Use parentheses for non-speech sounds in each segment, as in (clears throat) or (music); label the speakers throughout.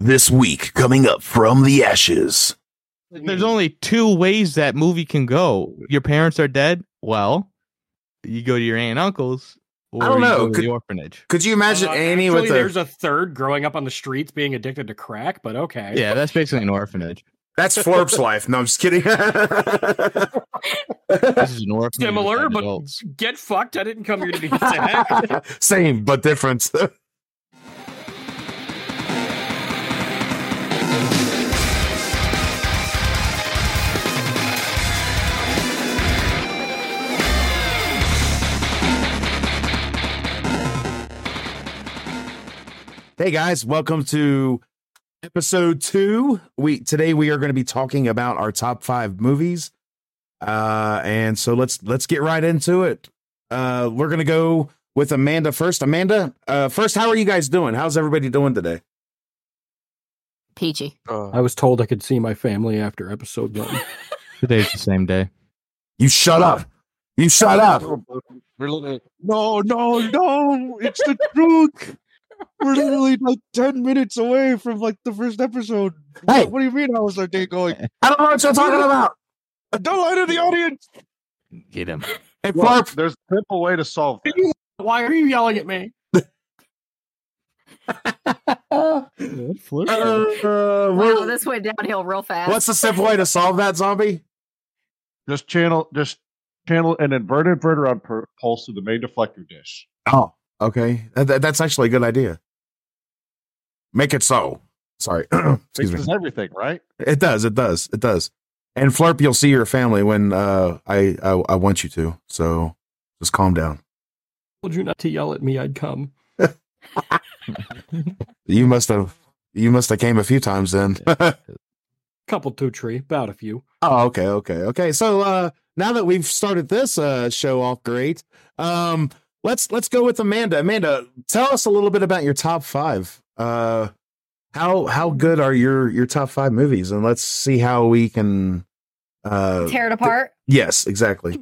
Speaker 1: This week, coming up from the ashes.
Speaker 2: There's
Speaker 3: Hmm.
Speaker 2: only two ways that movie can go. Your parents are dead. Well, you go to your aunt and uncle's. Or
Speaker 3: I don't
Speaker 2: you
Speaker 3: know.
Speaker 2: go to
Speaker 3: Could-
Speaker 2: the orphanage.
Speaker 3: Could you imagine
Speaker 4: Uh,
Speaker 3: Annie
Speaker 4: actually,
Speaker 3: with
Speaker 4: there's
Speaker 3: a?
Speaker 4: a third growing up on the streets being addicted to crack, but okay.
Speaker 2: Yeah, that's basically
Speaker 3: (laughs)
Speaker 2: an orphanage.
Speaker 3: That's
Speaker 4: (laughs)
Speaker 3: Forbes' life. No, I'm just kidding. (laughs)
Speaker 2: This is an orphanage.
Speaker 4: Similar,
Speaker 2: with
Speaker 4: but
Speaker 2: adults.
Speaker 4: get fucked. I didn't come here (laughs) to be sad.
Speaker 3: Same but different. Hey guys, welcome to episode two. We today we are going to be talking about our top five movies, uh, and so let's let's get right into it. Uh, we're going to go with Amanda first. Amanda, uh, first, how are you guys doing? How's everybody doing today?
Speaker 5: Peachy.
Speaker 6: Uh,
Speaker 4: I was told I could see my family after episode one.
Speaker 2: Today's the same day.
Speaker 3: You shut up. You shut up.
Speaker 6: we're literally- no, no, no! It's the truth. We're literally like ten minutes away from like the first episode.
Speaker 3: Hey.
Speaker 6: what do you mean? How is our day going?
Speaker 3: I don't know what you're talking about.
Speaker 6: Don't lie to the audience.
Speaker 2: Get him.
Speaker 3: Hey,
Speaker 6: Well,
Speaker 3: Farp.
Speaker 6: there's a simple way to solve (laughs) that.
Speaker 4: (laughs) Why are you yelling at me?
Speaker 3: Uh, uh,
Speaker 5: Wow,
Speaker 3: what-
Speaker 5: this went downhill real fast.
Speaker 3: what's the simple way to solve that zombie?
Speaker 6: Just channel, just channel an inverted verteron per- pulse through the main deflector dish.
Speaker 3: Oh, okay. That- that- that's actually a good idea. Make it so. Sorry. (clears throat) Excuse me.
Speaker 6: Fixes everything, right?
Speaker 3: It does. It does. It does. And Flarp, you'll see your family when uh, I, I I want you to. So just calm down.
Speaker 4: told you not to yell at me. I'd come.
Speaker 3: You must have you must have came a few times then.
Speaker 4: Couple two tree, about a few.
Speaker 3: Oh, okay, okay, okay. So uh now that we've started this uh show off great, um let's let's go with Amanda. Amanda, tell us a little bit about your top five. Uh how how good are your your top five movies? And let's see how we can uh
Speaker 5: Tear it apart.
Speaker 3: yes, exactly.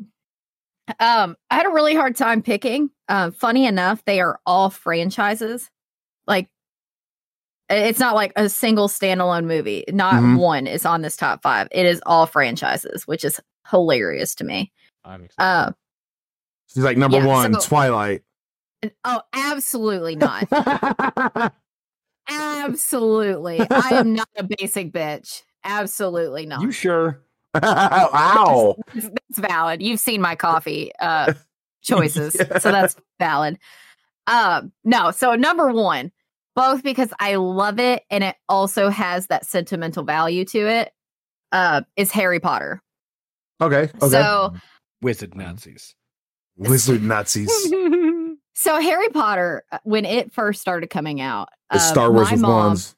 Speaker 5: Um, I had a really hard time picking. Um, funny enough, they are all franchises. Like, i- it's not like a single standalone movie. Not
Speaker 3: Mhm.
Speaker 5: one is on this top five. It is all franchises, which is hilarious to me.
Speaker 2: I'm excited.
Speaker 5: Uh,
Speaker 3: She's like number
Speaker 5: Yeah,
Speaker 3: one,
Speaker 5: so- (laughs)
Speaker 3: Twilight.
Speaker 5: and- oh, absolutely not. absolutely, I am not a basic bitch. Absolutely not.
Speaker 3: (laughs)
Speaker 4: You sure?
Speaker 3: Ow.
Speaker 5: that's, that's valid. You've seen my coffee uh choices,
Speaker 3: (laughs)
Speaker 5: so that's valid. Um, no, so number one, both because I love it and it also has that sentimental value to it. Uh, is Harry Potter.
Speaker 3: Okay, okay.
Speaker 5: So
Speaker 4: Wizard Nazis.
Speaker 3: Wizard
Speaker 5: (laughs)
Speaker 3: Nazis.
Speaker 5: so Harry Potter uh, when it first started coming out,
Speaker 3: It's
Speaker 5: um,
Speaker 3: Star Wars
Speaker 5: my
Speaker 3: with
Speaker 5: mom-
Speaker 3: wands.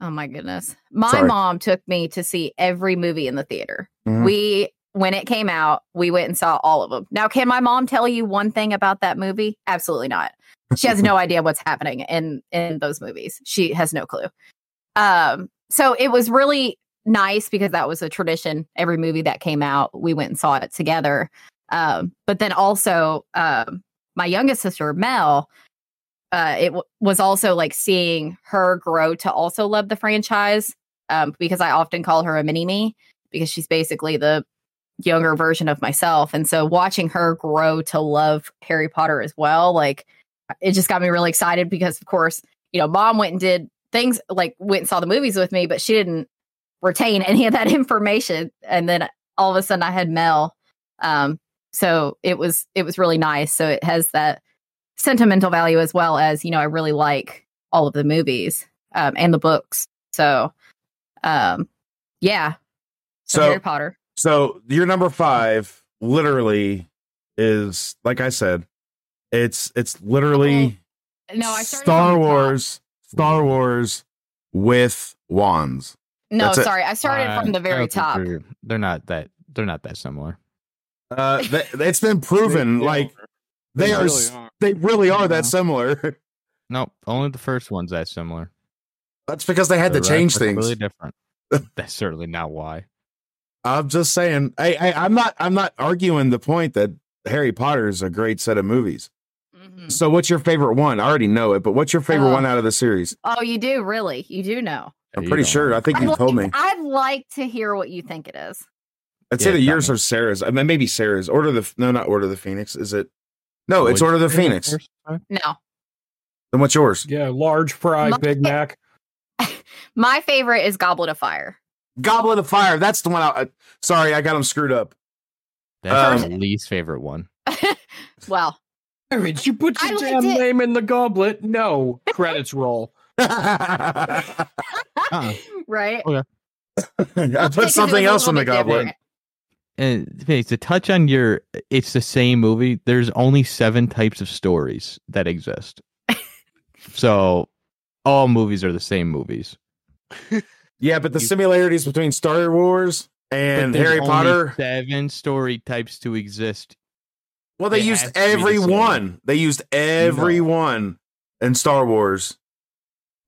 Speaker 5: Oh my goodness. My
Speaker 3: Sorry.
Speaker 5: mom took me to see every movie in the theater.
Speaker 3: Mhm.
Speaker 5: We when it came out, we went and saw all of them. Now, can my mom tell you one thing about that movie? Absolutely not.
Speaker 3: (laughs)
Speaker 5: She has no idea what's happening in in those movies. She has no clue. Um, so it was really nice because that was a tradition. Every movie that came out, we went and saw it together. Um, but then also, um, my youngest sister Mel, uh, it w- was also like seeing her grow to also love the franchise um, because I often call her a mini me because she's basically the younger version of myself. And so watching her grow to love Harry Potter as well, like it just got me really excited because, of course, you know, mom went and did things like went and saw the movies with me, but she didn't retain any of that (laughs) information. And then all of a sudden I had Mel. Um, so it was it was really nice. So it has that sentimental value as well as you know i really like all of the movies um, and the books so um yeah so, harry potter
Speaker 3: So your number five literally is like I said, it's it's literally
Speaker 5: no i started from
Speaker 3: Star
Speaker 5: the top.
Speaker 3: Wars, Star Wars with wands.
Speaker 5: no
Speaker 3: That's it.
Speaker 5: sorry i started
Speaker 2: Uh,
Speaker 5: from the
Speaker 2: I
Speaker 5: very
Speaker 2: don't think
Speaker 5: top
Speaker 2: They're, they're not that. They're not that similar.
Speaker 3: Uh, th- it's been proven like they are, s- they really are that
Speaker 6: Yeah.
Speaker 3: similar. (laughs)
Speaker 2: Nope. Only the first one's that similar.
Speaker 3: That's because they had to
Speaker 2: The rest
Speaker 3: change
Speaker 2: are
Speaker 3: things.
Speaker 2: Completely
Speaker 3: (laughs)
Speaker 2: different. That's certainly not why.
Speaker 3: I'm just saying. I, I I'm not I'm not arguing the point that Harry Potter is a great set of movies.
Speaker 5: Mhm.
Speaker 3: So, what's your favorite one? I already know it, but what's your favorite
Speaker 5: Oh.
Speaker 3: one out of the series?
Speaker 5: Oh, you do really? You do know?
Speaker 3: I'm pretty sure. I think (laughs)
Speaker 5: I'd
Speaker 3: you
Speaker 5: like,
Speaker 3: told me.
Speaker 5: I'd like to hear what you think it is.
Speaker 3: I'd say
Speaker 2: Yeah,
Speaker 3: the
Speaker 2: tell
Speaker 3: yours
Speaker 2: me.
Speaker 3: are Sarah's. I mean, maybe Sarah's. Order the no, not Order of the Phoenix. Is it? No, oh, it's
Speaker 2: Would-
Speaker 3: Order of the Phoenix.
Speaker 5: No,
Speaker 3: Then what's yours?
Speaker 4: Yeah, large fry,
Speaker 5: My-
Speaker 4: Big Mac.
Speaker 5: my favorite is Goblet of Fire.
Speaker 3: Goblet of Fire. That's the one. I, I sorry, I got them screwed up. (laughs)
Speaker 2: That's
Speaker 5: Um,
Speaker 2: my least favorite
Speaker 5: (laughs)
Speaker 2: one.
Speaker 3: (laughs)
Speaker 5: Well,
Speaker 4: Did you put
Speaker 5: I
Speaker 4: your
Speaker 5: liked
Speaker 4: damn
Speaker 5: it.
Speaker 4: name in the goblet? No. Credits roll.
Speaker 3: I
Speaker 2: Uh-uh.
Speaker 5: right?
Speaker 2: Okay.
Speaker 3: Oh, put
Speaker 5: Because it was
Speaker 3: something
Speaker 5: a
Speaker 3: else on the
Speaker 5: little bit
Speaker 3: goblet.
Speaker 5: different.
Speaker 2: And Phoenix, to touch on your, it's the same movie. There's only seven types of stories that (laughs) exist. so all movies are the same movies.
Speaker 3: Yeah, but the
Speaker 2: You-
Speaker 3: similarities between Star Wars
Speaker 2: But
Speaker 3: and
Speaker 2: there's
Speaker 3: Harry
Speaker 2: only
Speaker 3: Potter.
Speaker 2: Seven story types to exist.
Speaker 3: Well, they
Speaker 2: It
Speaker 3: used
Speaker 2: has to be the same.
Speaker 3: everyone. They used everyone in Star Wars.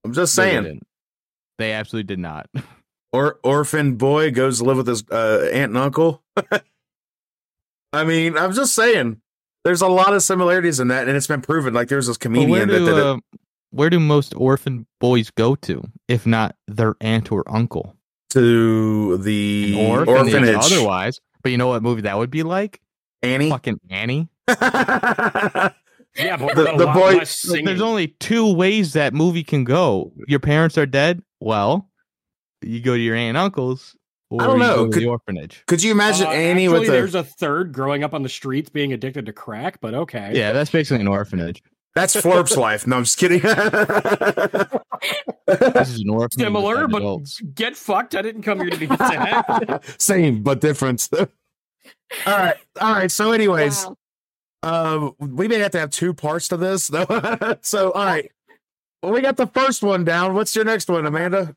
Speaker 3: I'm just
Speaker 2: They
Speaker 3: saying.
Speaker 2: didn't. They absolutely did
Speaker 3: (laughs)
Speaker 2: not.
Speaker 3: Or orphan boy goes to live with his uh, aunt and uncle. (laughs) I mean, I'm just saying. There's a lot of similarities in that, and it's been proven. Like there's this
Speaker 2: But where
Speaker 3: comedian that
Speaker 2: do,
Speaker 3: did it.
Speaker 2: uh, where do most orphan boys go to if not their aunt or uncle?
Speaker 3: to
Speaker 2: An
Speaker 3: the
Speaker 2: orphanage
Speaker 3: orphanage.
Speaker 2: Otherwise, but you know what movie that would be like?
Speaker 3: Annie.
Speaker 2: Fucking Annie.
Speaker 4: Yeah, but
Speaker 3: (laughs) The-
Speaker 4: with a
Speaker 3: the
Speaker 4: lot
Speaker 3: boy-
Speaker 4: less
Speaker 2: Like,
Speaker 4: singing.
Speaker 2: there's only two ways that movie can go. Your parents are dead. Well, you go to your aunt and uncle's, or
Speaker 3: I don't know.
Speaker 2: you go to
Speaker 3: Could-
Speaker 2: the orphanage.
Speaker 3: (laughs) Could you imagine
Speaker 4: Uh,
Speaker 3: Annie
Speaker 4: actually,
Speaker 3: with a?
Speaker 4: there's a third growing up on the streets being addicted to crack, but okay.
Speaker 2: Yeah, that's basically an orphanage.
Speaker 3: That's
Speaker 2: (laughs)
Speaker 3: Florp's life. No, I'm just kidding.
Speaker 2: This is an orphanage.
Speaker 4: Similar,
Speaker 2: without
Speaker 4: but
Speaker 2: adults.
Speaker 4: get fucked. I didn't come here to
Speaker 5: (laughs)
Speaker 4: be sad.
Speaker 3: (laughs) Same but different. (laughs) all right, all right. So, anyways,
Speaker 5: Wow.
Speaker 3: um, we may have to have two parts to this. Though. (laughs) so, all right. Well, we got the first one down. What's your next one, Amanda?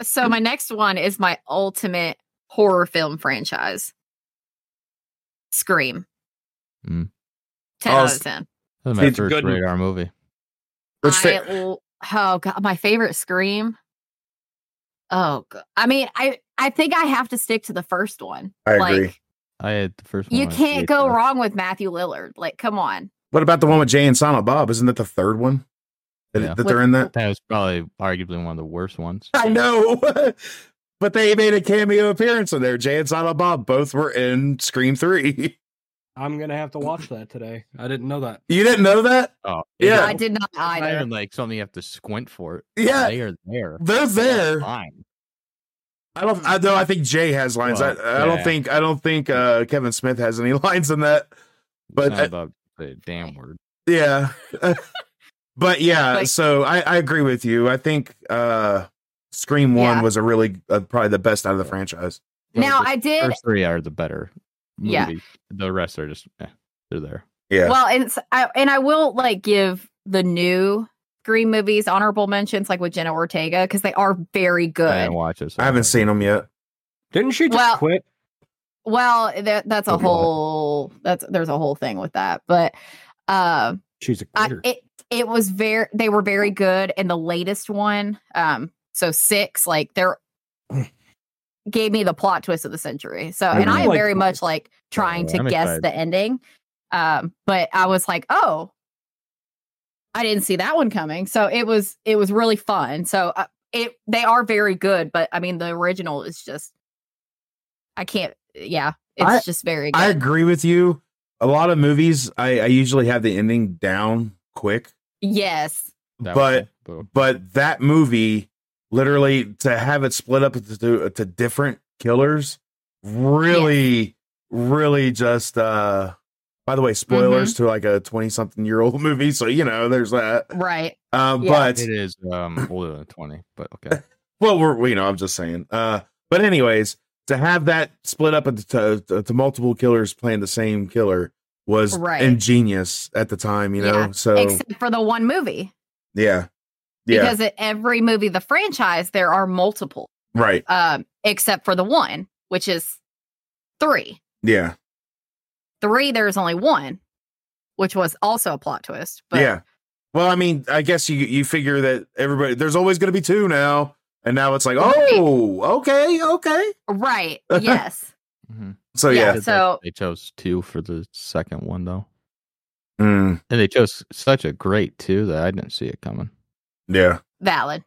Speaker 5: So my next one is my ultimate horror film franchise. Scream.
Speaker 2: Mm.
Speaker 5: Ten
Speaker 3: Oh,
Speaker 5: out
Speaker 3: s-
Speaker 5: of ten.
Speaker 2: That's my
Speaker 3: It's
Speaker 2: first
Speaker 4: good.
Speaker 2: radar movie.
Speaker 3: Which
Speaker 5: I
Speaker 3: fa-
Speaker 5: l- oh god, my favorite Scream. Oh, god. I mean, I I think I have to stick to the first one.
Speaker 3: I
Speaker 5: like
Speaker 2: I had the first. one
Speaker 5: you
Speaker 2: on
Speaker 5: can't go
Speaker 2: VHS.
Speaker 5: wrong with Matthew Lillard. Like, come on.
Speaker 3: What about the one with Jay and Silent Bob? Isn't that the third one that,
Speaker 2: Yeah.
Speaker 3: that they're in? That
Speaker 2: That was probably arguably one of the worst ones.
Speaker 3: I know, (laughs) but they made a cameo appearance in there. Jay and Silent Bob both were in Scream Three. (laughs)
Speaker 4: I'm gonna have to watch that today. I didn't know that.
Speaker 3: You didn't know that?
Speaker 2: Oh
Speaker 3: Yeah.
Speaker 5: I did not
Speaker 2: It's not
Speaker 5: either.
Speaker 2: even like something you have to squint for.
Speaker 3: Yeah.
Speaker 2: they are there.
Speaker 3: They're there.
Speaker 2: Fine.
Speaker 3: I don't. I know. I think Jay has lines.
Speaker 2: Well,
Speaker 3: I, I don't
Speaker 2: yeah.
Speaker 3: think. I don't think uh, Kevin Smith has any (laughs) lines in that. But
Speaker 2: not
Speaker 3: uh,
Speaker 2: about the damn word.
Speaker 3: yeah, (laughs) but yeah.
Speaker 5: Like-
Speaker 3: so I, I agree with you. I think uh, Scream One
Speaker 5: Yeah.
Speaker 3: was a really uh, probably the best out of the franchise.
Speaker 5: Now
Speaker 2: the
Speaker 5: I did
Speaker 2: first three are the better. Movies.
Speaker 5: Yeah.
Speaker 2: the rest are just eh, they're there.
Speaker 3: Yeah.
Speaker 5: Well, and s- I, and I will like give the new Scream movies honorable mentions, like with Jenna Ortega, because they are very
Speaker 2: I
Speaker 5: good.
Speaker 2: didn't watch it. so
Speaker 3: I haven't
Speaker 2: don't
Speaker 3: seen them yet.
Speaker 4: Didn't she just
Speaker 5: Well-
Speaker 4: quit?
Speaker 5: Well, that, that's a
Speaker 2: Okay.
Speaker 5: whole that's there's a whole thing with that, but uh,
Speaker 4: She's a
Speaker 5: I,
Speaker 4: quitter.
Speaker 5: it it was very they were very good in the latest one. Um, so six like they're gave me the plot twist of the century. So and
Speaker 3: Mhm.
Speaker 5: I am
Speaker 4: Like-
Speaker 5: very much like trying to
Speaker 2: I'm
Speaker 5: guess
Speaker 2: excited.
Speaker 5: the ending, um, but I was like, oh, I didn't see that one coming. So it was it was really fun. So uh, it they are very good, but I mean the original is just I can't. Yeah, it's
Speaker 3: I-
Speaker 5: just very
Speaker 3: I
Speaker 5: good.
Speaker 3: agree with you. A lot of movies, I, I usually have the ending down quick,
Speaker 5: yes,
Speaker 2: That
Speaker 3: but
Speaker 2: one, but
Speaker 3: but that movie literally to have it split up to to different killers really really just uh by the way spoilers
Speaker 5: Mm-hmm.
Speaker 3: to like a 20 something year old (laughs) movie so you know there's that
Speaker 5: right.
Speaker 3: uh
Speaker 5: Yeah.
Speaker 3: but
Speaker 2: it is um older than twenty. But okay,
Speaker 3: well we're we- you know i'm just saying uh but anyways to have that split up into to, to, to multiple killers playing the same killer was
Speaker 5: Right.
Speaker 3: ingenious at the time you know
Speaker 5: Yeah.
Speaker 3: so
Speaker 5: Except for the one movie.
Speaker 3: yeah yeah
Speaker 5: Because at every movie, the franchise, there are multiple,
Speaker 3: right
Speaker 5: um, except for the one, which is three.
Speaker 3: yeah
Speaker 5: Three, there's only one, which was also a plot twist. But
Speaker 3: yeah. Well, I mean, I guess you you figure that everybody there's always going to be two now, and now it's like,
Speaker 5: Right.
Speaker 3: oh, okay, okay. (laughs)
Speaker 5: right, yes,
Speaker 2: Mhm.
Speaker 3: So
Speaker 5: Yeah.
Speaker 3: yeah,
Speaker 2: They-
Speaker 5: so-
Speaker 2: they chose two for the second one though.
Speaker 3: Mm,
Speaker 2: And they chose such a great two that I didn't see it coming.
Speaker 3: yeah.
Speaker 5: Valid.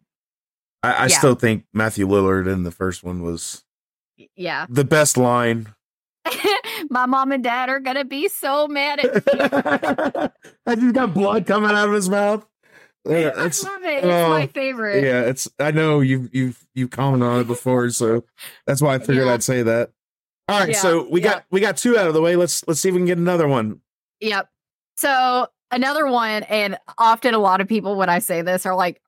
Speaker 3: I, I
Speaker 5: Yeah.
Speaker 3: still think Matthew Lillard in the first one was
Speaker 5: Yeah. (laughs)
Speaker 3: the best line.
Speaker 5: My mom and dad are gonna be so mad at me.
Speaker 3: (laughs) I just got blood coming out of his mouth. Yeah,
Speaker 5: (laughs) I
Speaker 3: that's
Speaker 5: love it. It's
Speaker 3: oh,
Speaker 5: my favorite.
Speaker 3: yeah, it's I know you've you've you've commented on it before, so that's why I figured
Speaker 5: Yeah.
Speaker 3: I'd say that. All right,
Speaker 5: Yeah,
Speaker 3: so we
Speaker 5: yeah.
Speaker 3: got we got two out of the way. Let's let's see if we can get another one.
Speaker 5: Yep. So another one, and often a lot of people when I say this are like,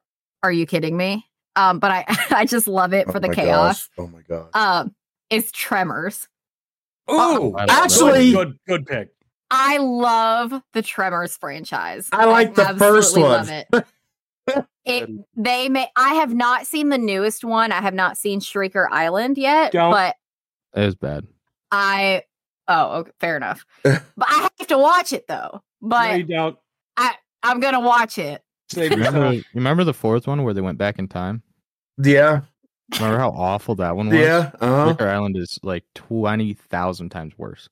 Speaker 5: "Are you kidding me?" Um, but I (laughs) I just love it for
Speaker 3: Oh
Speaker 5: the
Speaker 3: my
Speaker 5: chaos.
Speaker 3: gosh. Oh my god.
Speaker 5: Um, it's Tremors. uh,
Speaker 4: Ooh,
Speaker 2: I love that
Speaker 3: Actually-
Speaker 2: one.
Speaker 4: good, good pick.
Speaker 5: I love the Tremors franchise.
Speaker 3: I like the first
Speaker 5: absolutely
Speaker 3: one. (laughs)
Speaker 5: Love it. It, they may. I have not seen the newest one. I have not seen Shrieker Island yet,
Speaker 4: Don't.
Speaker 5: but
Speaker 2: It
Speaker 3: (laughs)
Speaker 2: was bad.
Speaker 5: I. Oh, okay, fair enough. but I have to watch it
Speaker 4: no,
Speaker 5: though. But
Speaker 4: you don't
Speaker 5: I'm gonna watch it.
Speaker 4: save
Speaker 2: Remember,
Speaker 4: yourself.
Speaker 2: you remember the fourth one where they went back in time?
Speaker 3: yeah.
Speaker 2: Remember how awful that one was?
Speaker 3: Yeah. Uh-huh.
Speaker 2: Wicker Island is like twenty thousand times worse.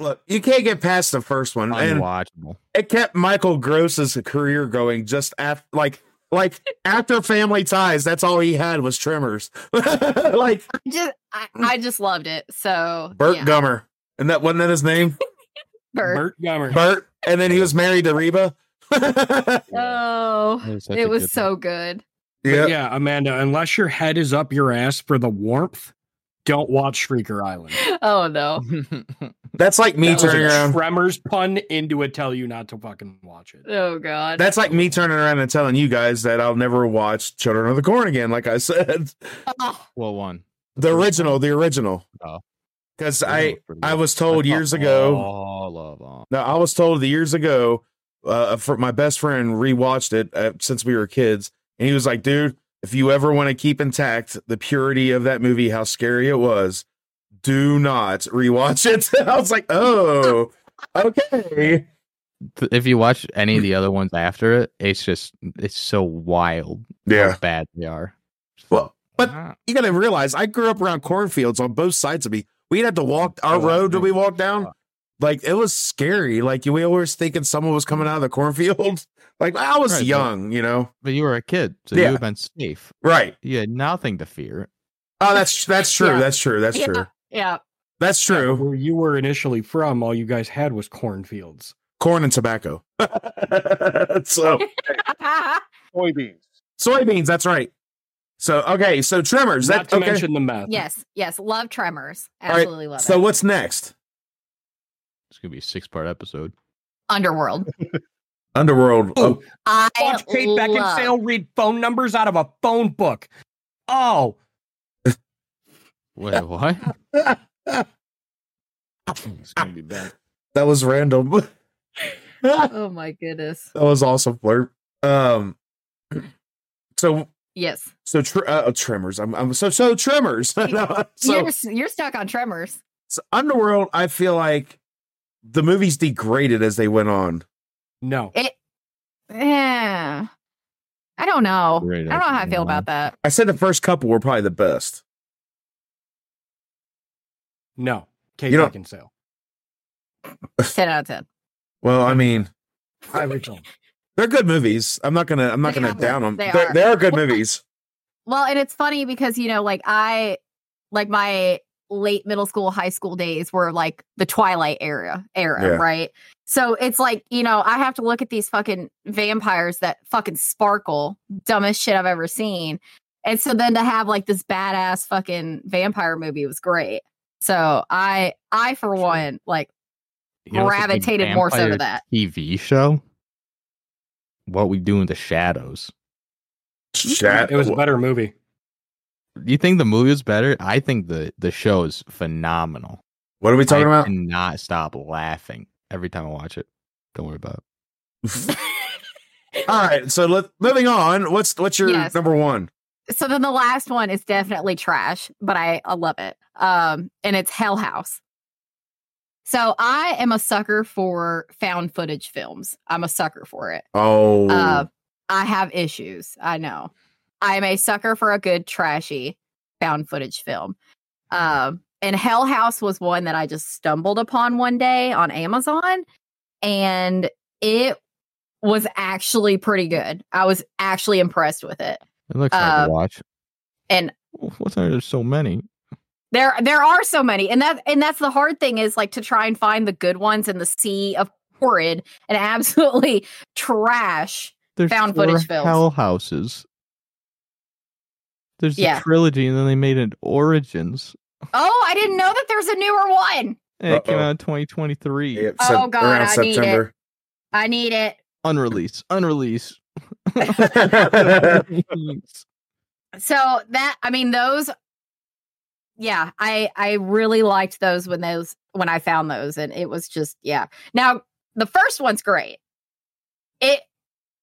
Speaker 3: Look, you can't get past the first one. And
Speaker 2: Unwatchable.
Speaker 3: it kept Michael Gross's career going just after like like after family ties, that's all he had was Tremors. (laughs) like
Speaker 5: I just I, I just loved it. So
Speaker 3: Mm. Bert
Speaker 5: yeah,
Speaker 3: Gummer. And that wasn't that his name?
Speaker 5: (laughs) Bert.
Speaker 4: Bert Gummer.
Speaker 3: Bert. And then he was married to Reba. (laughs)
Speaker 5: Oh,
Speaker 2: was such a
Speaker 5: it was
Speaker 2: good
Speaker 5: so good. (laughs)
Speaker 4: But yeah, Amanda, unless your head is up your ass for the warmth, don't watch Shrieker Island.
Speaker 5: Oh no.
Speaker 2: (laughs)
Speaker 3: That's like me
Speaker 5: That was
Speaker 3: turning
Speaker 5: a
Speaker 3: around.
Speaker 4: Tremors pun into it tell you not to fucking watch it.
Speaker 5: Oh god. (laughs)
Speaker 3: That's like me turning around and telling you guys that I'll never watch Children of the Corn again, like I said. (laughs)
Speaker 5: Oh,
Speaker 2: well, one.
Speaker 3: The original, the original.
Speaker 2: Oh.
Speaker 3: Because
Speaker 2: That
Speaker 3: I
Speaker 2: was pretty
Speaker 3: I
Speaker 2: good.
Speaker 3: was
Speaker 2: I
Speaker 3: told
Speaker 2: saw
Speaker 3: years ago.
Speaker 2: All of them.
Speaker 3: No, I was told years ago. Uh, for my best friend rewatched it uh, since we were kids, and he was like, "Dude, if you ever want to keep intact the purity of that movie, how scary it was, do not rewatch it." (laughs) I was like, "Oh, okay."
Speaker 2: Th- If you watch any of the other ones after it, it's just it's so wild. How bad they are.
Speaker 3: Well, but-
Speaker 2: Ah,
Speaker 3: you gotta realize I grew up around cornfields on both sides of me. We had to walk our
Speaker 2: Oh,
Speaker 3: road that we
Speaker 2: dude.
Speaker 3: walked down. Like it was scary. Like we always thinking someone was coming out of the cornfield. (laughs) Like I was
Speaker 2: Right, but-
Speaker 3: young, you know.
Speaker 2: but you were a kid, so
Speaker 3: Yeah.
Speaker 2: you have been safe.
Speaker 3: Right.
Speaker 2: You had nothing to fear.
Speaker 3: Oh, that's that's true.
Speaker 5: Yeah.
Speaker 3: That's true. That's
Speaker 5: Yeah.
Speaker 3: true.
Speaker 5: yeah.
Speaker 3: That's true.
Speaker 4: Where you were initially from, all you guys had was cornfields.
Speaker 3: Corn and tobacco. (laughs) so
Speaker 5: (laughs)
Speaker 6: Soybeans.
Speaker 3: soybeans. That's right. So okay. So tremors.
Speaker 4: Not
Speaker 3: That
Speaker 4: to
Speaker 3: okay.
Speaker 4: mention the meth.
Speaker 5: yes, yes. Love Tremors.
Speaker 3: Uh-huh. All right,
Speaker 5: Absolutely love
Speaker 3: so
Speaker 5: it.
Speaker 3: what's next?
Speaker 2: It's gonna be a six part episode.
Speaker 3: (laughs)
Speaker 5: Underworld.
Speaker 3: Underworld. Oh,
Speaker 4: Ooh,
Speaker 5: I
Speaker 4: watch Kate Beckinsale
Speaker 5: love-
Speaker 4: read phone numbers out of a phone book. Oh,
Speaker 2: Wait, what? it's gonna be bad.
Speaker 3: that was random. (laughs) that
Speaker 5: Oh my goodness.
Speaker 3: was awesome blurb. Um. (clears throat) So
Speaker 5: Yes.
Speaker 3: So tr- uh, uh, Tremors. I'm, I'm so so (laughs) Tremors. so,
Speaker 5: you're s- you're stuck on Tremors.
Speaker 3: so Underworld. I feel like the movies degraded as they went on.
Speaker 4: no.
Speaker 5: Yeah. I don't know. I
Speaker 2: Great
Speaker 5: don't know how I
Speaker 2: opening
Speaker 5: feel
Speaker 2: line.
Speaker 5: about that.
Speaker 3: I said the first couple were probably the best.
Speaker 4: No. Kate
Speaker 3: You don't-
Speaker 4: Beckinsale.
Speaker 5: Ten out of ten.
Speaker 3: Well, I mean,
Speaker 4: Every film.
Speaker 3: they're good movies. I'm not gonna I'm not
Speaker 5: They
Speaker 3: gonna
Speaker 5: are.
Speaker 3: down them.
Speaker 5: They
Speaker 3: They're-
Speaker 5: are.
Speaker 3: They are good
Speaker 5: Well, (laughs)
Speaker 3: movies.
Speaker 5: Well, and it's funny because you know, like I, like my late middle school, high school days were like the Twilight era, era,
Speaker 3: Yeah.
Speaker 5: right? So it's like you know, I have to look at these fucking vampires that fucking sparkle, dumbest shit I've ever seen, and so then to have like this badass fucking vampire movie was great. So I, I for one, like
Speaker 2: You know what's a big
Speaker 5: gravitated more so to
Speaker 2: vampire
Speaker 5: that.
Speaker 2: TV show. What we do in the shadows.
Speaker 3: Chat.
Speaker 4: It was a better movie.
Speaker 2: You think the movie is better? I think the the show is phenomenal.
Speaker 3: What are we talking
Speaker 2: I
Speaker 3: about?
Speaker 2: Cannot stop laughing every time I watch it. Don't worry about it.
Speaker 3: (laughs)
Speaker 5: (laughs)
Speaker 3: All right. So let, moving on. What's what's your
Speaker 5: Yes.
Speaker 3: number one?
Speaker 5: so then the last one is definitely trash, but I, I love it. Um, and it's Hell House. So I am a sucker for found footage films. I'm a sucker for it.
Speaker 3: Oh,
Speaker 5: Uh, I have issues. I know. I'm a sucker for a good trashy found footage film. Um, and Hell House was one that I just stumbled upon one day on Amazon, and It was actually pretty good. I was actually impressed with it.
Speaker 2: It looks hard
Speaker 5: Uh,
Speaker 2: to watch.
Speaker 5: and-
Speaker 2: what's there? There's so many.
Speaker 5: There there are so many. And that and that's the hard thing is like to try and find the good ones in the sea of horrid and absolutely trash.
Speaker 2: There's
Speaker 5: Found
Speaker 2: four
Speaker 5: footage films.
Speaker 2: Hell houses. There's
Speaker 5: Yeah.
Speaker 2: the trilogy, and then they made an Origins.
Speaker 5: Oh, I didn't know that there's a newer one.
Speaker 2: And it came
Speaker 3: Uh-oh.
Speaker 2: out in 2023.
Speaker 3: Yep,
Speaker 5: Oh, God,
Speaker 3: around
Speaker 5: I need it.
Speaker 3: September.
Speaker 5: I need it.
Speaker 2: Unreleased.
Speaker 3: (laughs)
Speaker 2: Unreleased.
Speaker 5: (laughs) so that i mean those yeah i i really liked those when those when i found those and it was just yeah now the first one's great it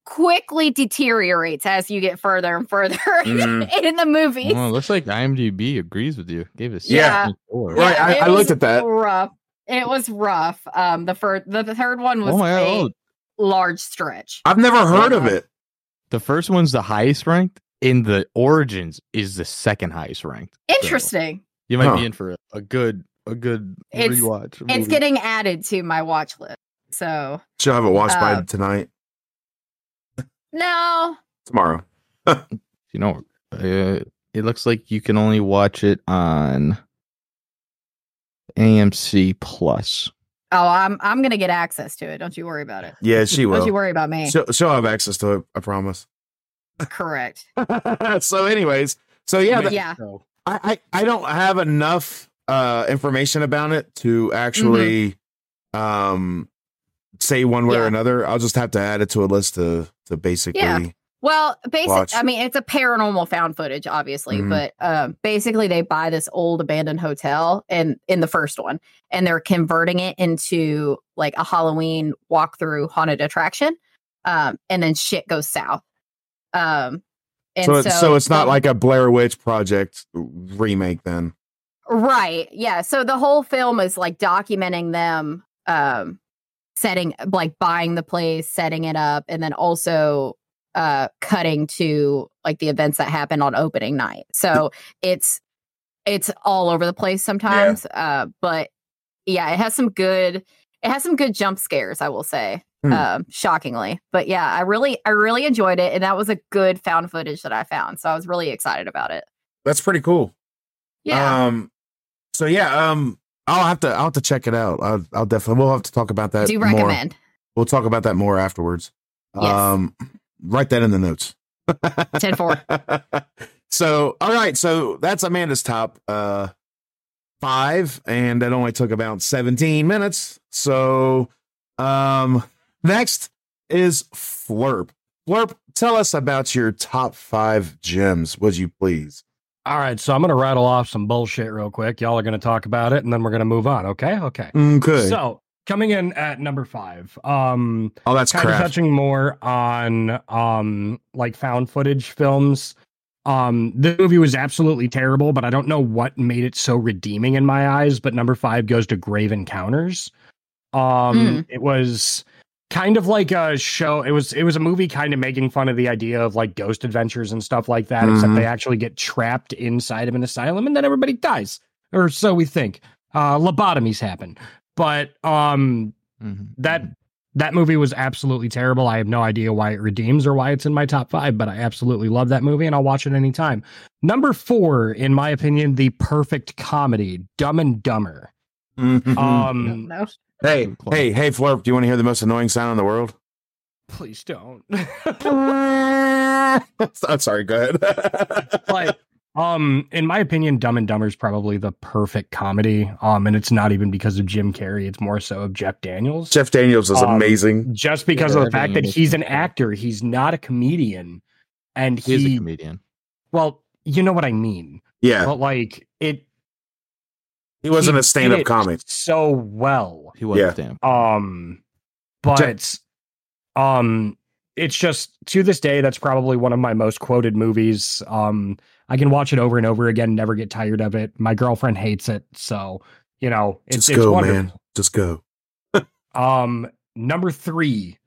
Speaker 5: quickly deteriorates as you get further and further (laughs)
Speaker 3: Mhm.
Speaker 5: in the movie
Speaker 2: well, it looks like IMDb agrees with you. Gave us
Speaker 5: Yeah.
Speaker 2: Oh
Speaker 3: Right, I-
Speaker 5: it
Speaker 3: I looked
Speaker 5: was
Speaker 3: at that.
Speaker 5: rough it was rough um the first the, the third one was
Speaker 2: my god!
Speaker 5: a
Speaker 2: oh,
Speaker 5: large stretch
Speaker 3: (laughs) I've never heard of
Speaker 5: Yeah.
Speaker 3: it.
Speaker 2: the first one's the highest ranked, and the Origins is the second highest ranked.
Speaker 5: interesting
Speaker 2: You might
Speaker 3: Huh.
Speaker 2: be in for a, a good a good
Speaker 5: It's-
Speaker 2: rewatch.
Speaker 5: it's
Speaker 2: movie.
Speaker 5: getting added to my watch list so
Speaker 3: Should have it watched by
Speaker 5: Uh,
Speaker 3: tonight,
Speaker 5: no
Speaker 3: tomorrow.
Speaker 2: you know, uh, it looks like you can only watch it on AMC Plus.
Speaker 5: Oh, I'm I'm gonna get access to it. Don't you worry about it.
Speaker 3: Yeah, she
Speaker 5: Don't you
Speaker 3: will.
Speaker 5: worry about me.
Speaker 3: She'll, she'll have access to it. I promise. (laughs)
Speaker 5: Correct.
Speaker 3: so, anyways, so yeah,
Speaker 5: Yeah.
Speaker 3: the- I, I I don't have enough uh information about it to actually um say one way or
Speaker 5: Mm-hmm. Yeah.
Speaker 3: another. I'll just have to add it to a list to to basically
Speaker 5: Well,
Speaker 3: Watch.
Speaker 5: basically, I mean, it's a paranormal found footage, obviously,
Speaker 3: Mhm.
Speaker 5: but um, basically, they buy this old abandoned hotel and in the first one, and they're converting it into like a Halloween walkthrough haunted attraction, um, and then shit goes south. Um, and
Speaker 3: so,
Speaker 5: so,
Speaker 3: it's so it's not
Speaker 5: the-
Speaker 3: like a Blair Witch project remake then.
Speaker 5: Right. Yeah. So the whole film is like documenting them um setting like buying the place, setting it up, and then also uh cutting to like the events that happened on opening night. So it's it's all over the place sometimes. Uh but yeah, it has some good it has some good jump scares, I will say.
Speaker 3: Hmm.
Speaker 5: Um shockingly. But yeah, I really I really enjoyed it and that was a good found footage that I found. So I was really excited about it.
Speaker 3: That's pretty cool.
Speaker 5: Yeah.
Speaker 3: Um so yeah, um I'll have to I'll have to check it out. I'll, I'll definitely we'll have to talk about that
Speaker 5: Do
Speaker 3: Uh, more.
Speaker 5: recommend.
Speaker 3: We'll talk about that more afterwards.
Speaker 5: Yes.
Speaker 3: Um write that in the notes. (laughs)
Speaker 5: 10-4.
Speaker 3: so all right, so that's Amanda's top uh five, and that only took about 17 minutes. So um next is Flurp. Flurp, tell us about your top five gems, would you please?
Speaker 4: All right, so I'm going to rattle off some bullshit real quick. Y'all are going to talk about it, and then we're going to move on. Okay, okay.
Speaker 3: Okay.
Speaker 4: So coming in at number five, um,
Speaker 3: oh, that's
Speaker 4: kind of
Speaker 3: crap.
Speaker 4: touching more on um like found footage films. Um, the movie was absolutely terrible, but I don't know what made it so redeeming in my eyes. But number five goes to Grave Encounters. Um,
Speaker 5: Hmm.
Speaker 4: it was kind of like a show. It was it was a movie kind of making fun of the idea of like ghost adventures and stuff like that. Except
Speaker 3: Mhm.
Speaker 4: they actually get trapped inside of an asylum and then everybody dies, or so we think. Uh, lobotomies happen, but um,
Speaker 3: Mm-hmm.
Speaker 2: Mhm.
Speaker 4: that that movie was absolutely terrible. I have no idea why it redeems or why it's in my top five, but I absolutely love that movie and I'll watch it anytime. Number four, in my opinion, the perfect comedy, Dumb and Dumber.
Speaker 3: Mhm.
Speaker 4: Um,
Speaker 5: no.
Speaker 3: hey, hey, hey, Flurp, do you want to hear the most annoying sound in the world? (laughs)
Speaker 4: please (laughs) don't.
Speaker 3: I'm sorry, go ahead. (laughs)
Speaker 4: but um, in my opinion, Dumb and Dumber is probably the perfect comedy. Um, and it's not even because of Jim Carrey; it's more so of Jeff Daniels.
Speaker 3: Jeff Daniels is
Speaker 4: Um,
Speaker 3: amazing.
Speaker 4: just because
Speaker 2: Yeah,
Speaker 4: of the fact that
Speaker 2: everything
Speaker 4: he's an
Speaker 2: makes sense.
Speaker 4: actor, he's not a comedian, and
Speaker 2: He's a
Speaker 4: he
Speaker 2: comedian.
Speaker 4: well, you know what I mean.
Speaker 3: Yeah,
Speaker 4: but like it
Speaker 3: he wasn't
Speaker 4: he
Speaker 3: a stand-up
Speaker 4: did it
Speaker 3: comic.
Speaker 4: so well
Speaker 2: He was
Speaker 3: Yeah.
Speaker 2: a damn.
Speaker 4: um but um it's just to this day that's probably one of my most quoted movies um i can watch it over and over again never get tired of it my girlfriend hates it so you know it's,
Speaker 3: Just
Speaker 4: it's
Speaker 3: go,
Speaker 4: wonderful
Speaker 3: man. Just go.
Speaker 4: um number three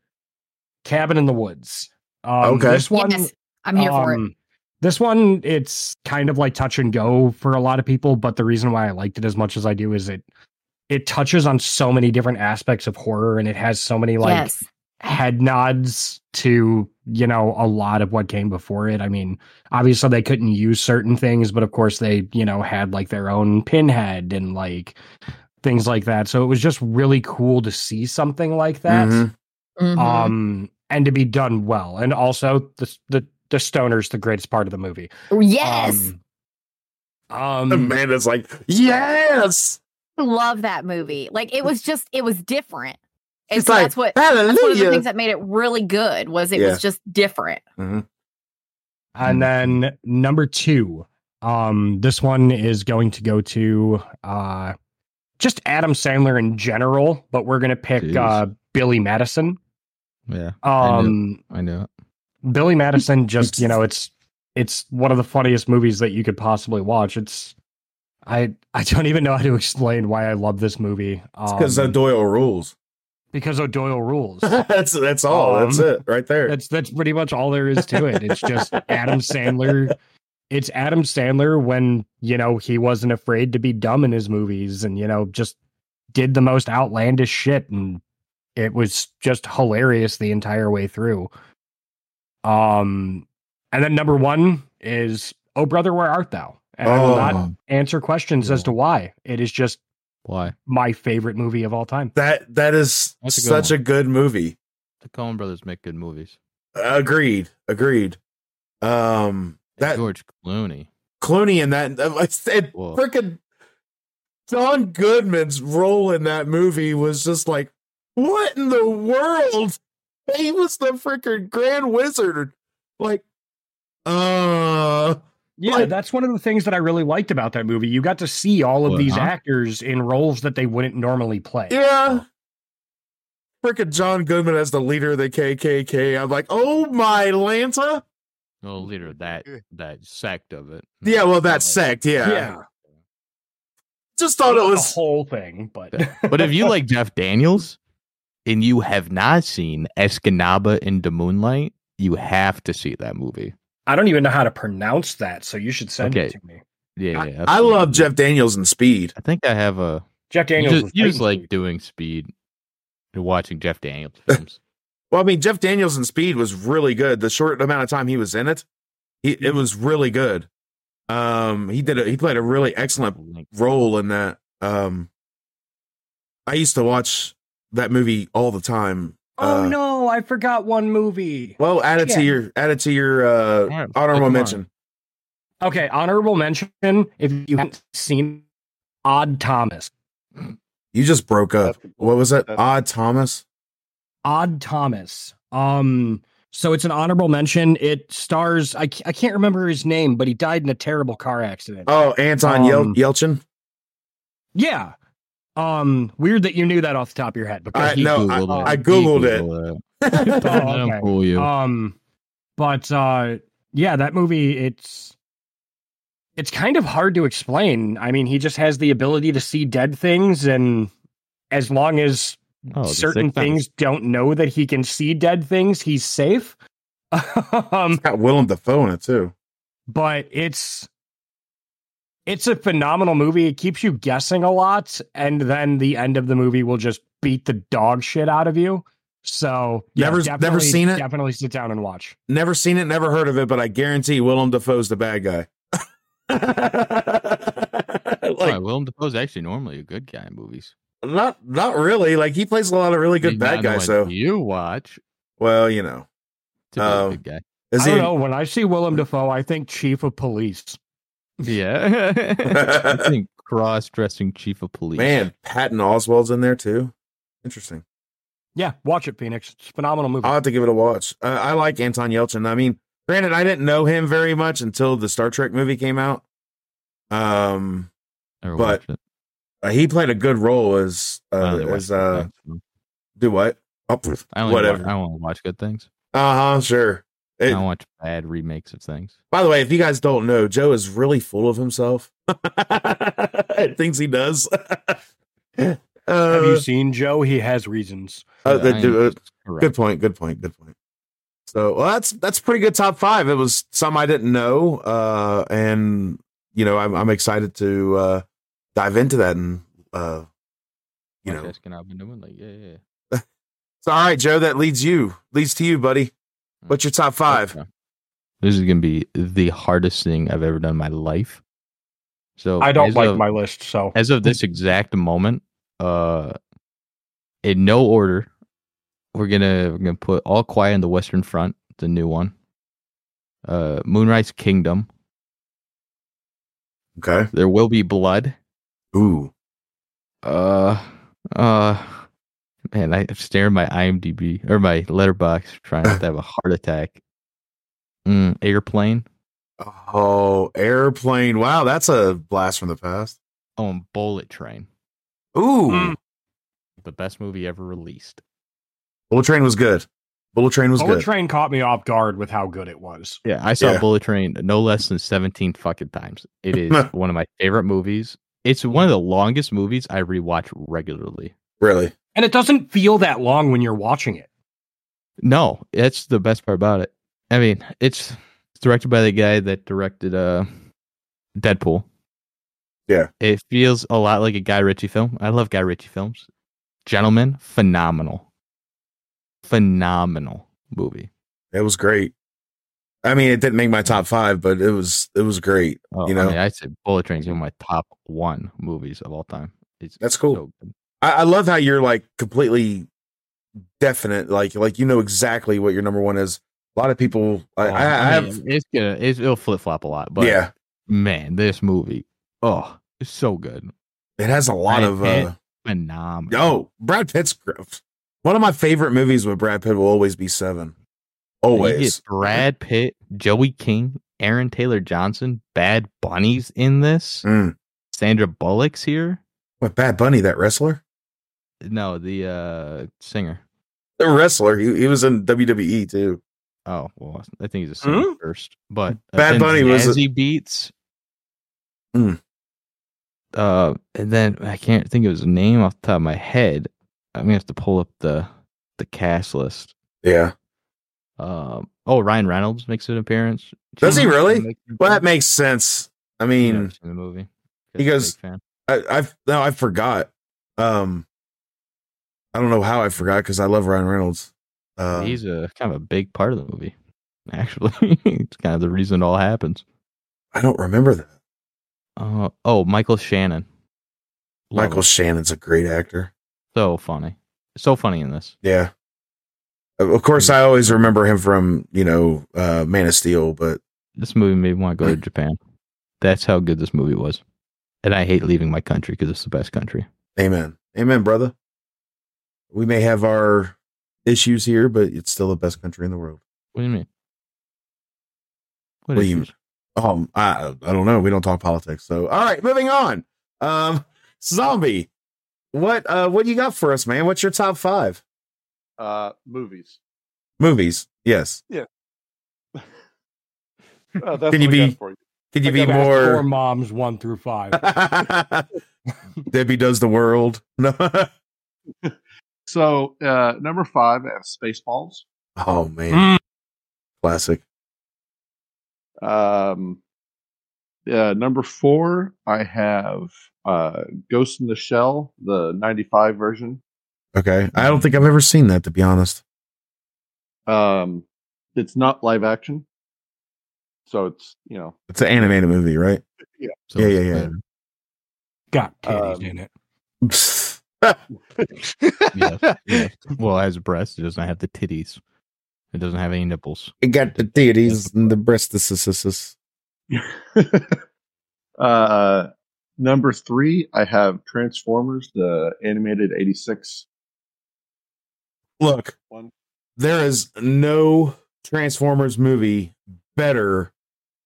Speaker 4: cabin in the woods um
Speaker 3: Okay.
Speaker 4: this one
Speaker 5: Yes, I'm here for it.
Speaker 4: um, This one, it's kind of like touch and go for a lot of people, but the reason why I liked it as much as I do is it it touches on so many different aspects of horror and it has so many like
Speaker 5: yes.
Speaker 4: head nods to you know a lot of what came before it i mean obviously they couldn't use certain things but of course they you know had like their own pinhead and like things like that so it was just really cool to see something like that
Speaker 3: Mhm.
Speaker 5: Mm-hmm.
Speaker 4: um and to be done well and also the the the stoner's the greatest part of the movie
Speaker 5: yes,
Speaker 4: um, um
Speaker 3: Amanda's like, yes.
Speaker 5: love that movie. Like it was just it was different. And
Speaker 3: She's
Speaker 5: so
Speaker 3: like,
Speaker 5: that's what that's one of the
Speaker 3: Hallelujah.
Speaker 5: things that made it really good was it
Speaker 3: Yeah.
Speaker 5: was just different.
Speaker 4: And then number two, um, this one is going to go to uh, just Adam Sandler in general, but we're gonna pick
Speaker 2: Jeez.
Speaker 4: uh, Billy Madison.
Speaker 2: Yeah, I knew.
Speaker 4: Um,
Speaker 2: I know.
Speaker 4: Billy Madison, just you know, it's it's one of the funniest movies that you could possibly watch. It's I I don't even know how to explain why I love this movie.
Speaker 3: Because
Speaker 4: Um,
Speaker 3: Doyle rules. (laughs)
Speaker 4: because O'Doyle rules.
Speaker 3: that's that's all. that's
Speaker 4: Um,
Speaker 3: it right there.
Speaker 4: That's that's pretty much all there is to it. It's just Adam Sandler. It's Adam Sandler when you know he wasn't afraid to be dumb in his movies, and you know just did the most outlandish shit, and it was just hilarious the entire way through. Um, and then number one is "Oh Brother, Where Art Thou?" and I will not
Speaker 3: Oh.
Speaker 4: answer questions as to why. It is just
Speaker 2: Why?
Speaker 4: my favorite movie of all time.
Speaker 3: That that is
Speaker 2: That's a good
Speaker 3: such
Speaker 2: one.
Speaker 3: a good movie.
Speaker 2: The Coen Brothers make good movies.
Speaker 3: Agreed. Agreed. Um that
Speaker 2: George Clooney.
Speaker 3: Clooney in that it
Speaker 2: Whoa.
Speaker 3: freaking John Goodman's role in that movie was just like what in the world? He was the freaking Grand Wizard. Like uh
Speaker 4: Yeah,
Speaker 3: Like-
Speaker 4: that's one of the things that I really liked about that movie. You got to see all of
Speaker 2: Well,
Speaker 4: these
Speaker 2: huh?
Speaker 4: actors in roles that they wouldn't normally play.
Speaker 3: yeah. Freaking John Goodman as the leader of the KKK. I'm like, "Oh my Lanta."
Speaker 2: Well, leader of that that sect of it.
Speaker 3: Yeah, well that
Speaker 2: Uh,
Speaker 3: sect, yeah. Just thought it
Speaker 4: Not
Speaker 3: was
Speaker 4: the whole thing, but
Speaker 2: But if
Speaker 3: (laughs)
Speaker 4: (laughs)
Speaker 2: you like Jeff Daniels and you have not seen Escanaba in the Moonlight, you have to see that movie.
Speaker 4: I don't even know how to pronounce that, so you should send it
Speaker 2: Okay.
Speaker 4: to me.
Speaker 2: Yeah,
Speaker 3: I-
Speaker 2: yeah,
Speaker 3: I
Speaker 2: absolutely.
Speaker 3: love Jeff Daniels and Speed.
Speaker 2: I think I have a.
Speaker 4: Jeff
Speaker 2: You
Speaker 4: Daniels
Speaker 2: just,
Speaker 4: was
Speaker 2: you
Speaker 4: great
Speaker 2: just
Speaker 4: in
Speaker 2: like
Speaker 4: Speed.
Speaker 2: doing speed and watching
Speaker 3: (laughs)
Speaker 2: Jeff Daniels films.
Speaker 3: Well, I mean, Jeff Daniels in Speed was really good. The short amount of time he was in it, he, it
Speaker 2: Mm-hmm.
Speaker 3: was really good. Um, he did a, he played a really excellent
Speaker 2: Like,
Speaker 3: role in that. Um, I used to watch that movie all the time.
Speaker 4: Oh
Speaker 3: Uh,
Speaker 4: no, I forgot one movie.
Speaker 3: Well, add it to
Speaker 4: Yeah.
Speaker 3: your add it to your uh,
Speaker 2: Alright,
Speaker 3: honorable
Speaker 2: Oh, come on.
Speaker 3: mention.
Speaker 4: Okay, honorable mention if you haven't seen Odd Thomas.
Speaker 3: You just broke up. Uh, What was that? Odd Thomas.
Speaker 4: Odd Thomas. Um, so it's an honorable mention. It stars I, ca- I can't remember his name, but he died in a terrible car accident.
Speaker 3: Oh, Anton Yel-
Speaker 4: Um,
Speaker 3: Yelchin. (laughs)
Speaker 4: yeah. Um, weird that you knew that off the top of your head.
Speaker 3: I-
Speaker 4: Because
Speaker 2: he
Speaker 3: no, I-
Speaker 2: Googled
Speaker 3: I Googled
Speaker 2: He
Speaker 3: it. (laughs)
Speaker 4: Oh,
Speaker 2: I don't
Speaker 4: okay.
Speaker 2: fool you.
Speaker 4: um, but uh, yeah, that movie it's it's kind of hard to explain. I mean, he just has the ability to see dead things, and as long as
Speaker 2: Oh, the
Speaker 4: certain
Speaker 2: Sixth Sense.
Speaker 4: things don't know that he can see dead things, he's safe. (laughs) um,
Speaker 3: Got Willem Dafoe in it too.
Speaker 4: but it's it's a phenomenal movie. It keeps you guessing a lot, and then the end of the movie will just beat the dog shit out of you. So
Speaker 3: Never- never
Speaker 4: definitely-
Speaker 3: seen it?
Speaker 4: Definitely sit down and watch.
Speaker 3: Never seen it, never heard of it, but I guarantee Willem Dafoe's the bad guy. (laughs)
Speaker 2: Like,
Speaker 3: like
Speaker 2: Willem Dafoe's actually normally a good guy in movies.
Speaker 3: not not really. Like he plays a lot of really good
Speaker 2: He's
Speaker 3: bad
Speaker 2: not the
Speaker 3: guys
Speaker 2: one
Speaker 3: though.
Speaker 2: you watch
Speaker 3: Well, you know.
Speaker 2: to be a
Speaker 3: Um,
Speaker 2: good guy.
Speaker 3: Is
Speaker 4: I don't
Speaker 3: he
Speaker 4: know. When I see Willem Dafoe, I think Chief of Police.
Speaker 2: Yeah, (laughs) I think cross-dressing chief of police.
Speaker 3: Man, Patton Oswald's in there too. Interesting.
Speaker 4: Yeah, watch it, Phoenix. It's a phenomenal movie.
Speaker 3: I'll have to give it a watch. Uh, I like Anton Yelchin. I mean, granted, I didn't know him very much until the Star Trek movie came out. Um,
Speaker 2: Never
Speaker 3: but-
Speaker 2: watched it.
Speaker 3: uh, he played a good role as
Speaker 2: I
Speaker 3: uh,
Speaker 4: Oh,
Speaker 2: only watch
Speaker 3: as
Speaker 2: good
Speaker 3: uh,
Speaker 2: things.
Speaker 3: do what? Oh, pff,
Speaker 2: I only
Speaker 3: whatever.
Speaker 2: Watch, I want to watch good things.
Speaker 3: Uh huh. Sure.
Speaker 2: I
Speaker 3: It-
Speaker 2: don't watch bad remakes of things.
Speaker 3: By the way, if you guys don't know, Joe is really full of himself. (laughs) It Thinks he does. (laughs) Uh,
Speaker 4: Have you seen Joe? He has reasons.
Speaker 3: uh,
Speaker 2: Yeah,
Speaker 3: the-
Speaker 2: I am
Speaker 3: the-
Speaker 2: just correct.
Speaker 3: good point. Good point. Good point. So well, that's that's a pretty good top five. It was some I didn't know, uh, and you know I'm I'm excited to uh, dive into that and uh, you
Speaker 2: Watch
Speaker 3: know
Speaker 2: Escanaba Newman, like, yeah, yeah, yeah.
Speaker 3: So, all right, Joe, that leads you, leads to you, buddy. What's your top five?
Speaker 2: Okay. This is gonna be the hardest thing I've ever done in my life. So
Speaker 4: I don't
Speaker 2: as
Speaker 4: like
Speaker 2: of-
Speaker 4: my list, so
Speaker 2: as of this exact moment, uh, in no order, we're gonna we're gonna put All Quiet on the Western Front, the new one. Uh, Moonrise Kingdom.
Speaker 3: Okay.
Speaker 2: There will be blood.
Speaker 3: Ooh.
Speaker 2: Uh, uh, man, I- I'm staring at my IMDb or my letterbox, trying not to have a heart attack. Mm, airplane.
Speaker 3: Oh, airplane. Wow, that's a blast from the past.
Speaker 2: Oh, and Bullet Train,
Speaker 3: Ooh.
Speaker 4: Mm.
Speaker 2: the best movie ever released.
Speaker 3: Bullet Train was good. Bullet Train was
Speaker 4: Bullet
Speaker 3: good.
Speaker 4: Train caught me off guard with how good it was.
Speaker 2: Yeah, I saw
Speaker 3: Yeah.
Speaker 2: Bullet Train no less than 17 fucking times.
Speaker 3: (laughs)
Speaker 2: It is one of my favorite movies. It's one of the longest movies I rewatch regularly.
Speaker 3: really?
Speaker 4: And it doesn't feel that long when you're watching it.
Speaker 2: No, that's the best part about it. I mean, it's it's directed by the guy that directed uh Deadpool.
Speaker 3: Yeah.
Speaker 2: It feels a lot like a Guy Ritchie film. I love Guy Ritchie films. Gentlemen, phenomenal. Phenomenal movie.
Speaker 3: It was great. I mean, it didn't make my top five, but it was it was great.
Speaker 2: Oh,
Speaker 3: You
Speaker 2: I
Speaker 3: know-
Speaker 2: mean, I said Bullet Train's one of my top one movies of all time. It's
Speaker 3: That's cool.
Speaker 2: so good.
Speaker 3: I, I love how you're like completely definite, like like you know exactly what your number one is. A lot of people, I,
Speaker 2: Oh,
Speaker 3: I, I
Speaker 2: I mean,
Speaker 3: have,
Speaker 2: it's gonna it's, it'll flip flop a lot, but
Speaker 3: yeah,
Speaker 2: man, this movie, oh, it's so good,
Speaker 3: it has a lot
Speaker 2: I-
Speaker 3: of.
Speaker 2: it-
Speaker 3: uh
Speaker 2: phenomenal.
Speaker 3: Oh, Brad Pitt's growth. One of my favorite movies with Brad Pitt will always be Seven.
Speaker 2: you
Speaker 3: Always.
Speaker 2: get Brad Pitt, Joey King, Aaron Taylor Johnson, Bad Bunnies in this.
Speaker 3: Mm.
Speaker 2: Sandra Bullock's here.
Speaker 3: What Bad Bunny, that wrestler?
Speaker 2: No, the uh singer.
Speaker 3: The wrestler. He, he was in WWE too.
Speaker 2: Oh well, I think he's a singer
Speaker 4: Hmm?
Speaker 2: first, but uh,
Speaker 3: Bad
Speaker 2: then
Speaker 3: Bunny was a-
Speaker 2: Zazzy beats.
Speaker 3: Hmm.
Speaker 2: Uh, and then I can't think of his name off the top of my head. I'm gonna have to pull up the the cast list.
Speaker 3: Yeah.
Speaker 2: Um, oh, Ryan Reynolds makes an appearance.
Speaker 3: Does he
Speaker 2: James
Speaker 3: really?
Speaker 2: Caan makes an
Speaker 3: Well, that
Speaker 2: appearance.
Speaker 3: makes sense. I mean,
Speaker 2: Yeah, I've seen the movie.
Speaker 3: he
Speaker 2: He's a
Speaker 3: goes-
Speaker 2: big fan.
Speaker 3: I, I've no, I forgot. Um, I don't know how I forgot because I love Ryan Reynolds. Uh,
Speaker 2: He's a kind of a big part of the movie. (laughs) Actually, it's kind of the reason it all happens.
Speaker 3: I don't remember that.
Speaker 2: Uh, oh, Michael Shannon. Love
Speaker 3: Michael
Speaker 2: him.
Speaker 3: Shannon's a great actor.
Speaker 2: so funny, so funny in this.
Speaker 3: Yeah. Of of
Speaker 2: Mm.
Speaker 3: course, I always remember him from you know uh, Man of Steel, but
Speaker 2: This movie made
Speaker 3: (laughs)
Speaker 2: me want to go to Japan. That's how good this movie was. And I hate leaving my country because it's the best country.
Speaker 3: Amen, Amen, brother. We may have our issues here, but it's still the best country in the world.
Speaker 2: What do you mean?
Speaker 3: What do you
Speaker 2: issues?
Speaker 3: Um, I I don't know. We don't talk politics, so all right. Moving on. Um, zombie. What uh what you got for us, man? What's your top five
Speaker 6: Uh, movies.
Speaker 3: movies? Yes.
Speaker 6: Uh, that's
Speaker 3: Can you
Speaker 6: what I got
Speaker 3: be-
Speaker 6: for you.
Speaker 3: Could you
Speaker 6: I
Speaker 3: be
Speaker 6: got
Speaker 4: Four
Speaker 3: more?
Speaker 4: moms, one through
Speaker 3: (laughs)
Speaker 4: five.
Speaker 3: Debbie does the world. (laughs) Oh, No.
Speaker 6: So uh, number five, I have Spaceballs.
Speaker 3: oh man,
Speaker 4: Mm.
Speaker 3: classic.
Speaker 6: Um, uh, number four, I have uh, Ghost in the Shell, the '95 version.
Speaker 3: Okay, I don't think I've ever seen that to be honest.
Speaker 6: Um, it's not live action, so it's you (laughs) know
Speaker 3: It's an animated movie, right?
Speaker 2: So
Speaker 3: Yeah,
Speaker 2: it's
Speaker 3: yeah, yeah.
Speaker 2: better.
Speaker 4: Got titties
Speaker 6: Um,
Speaker 4: in it.
Speaker 2: (laughs) Yes, yes. Well, it has breasts. It doesn't have the titties. It doesn't have any nipples.
Speaker 3: it got the deities and the breast. This is this is-
Speaker 6: uh, number three, I have Transformers, the animated '86.
Speaker 3: Look,
Speaker 6: One.
Speaker 3: there is no Transformers movie better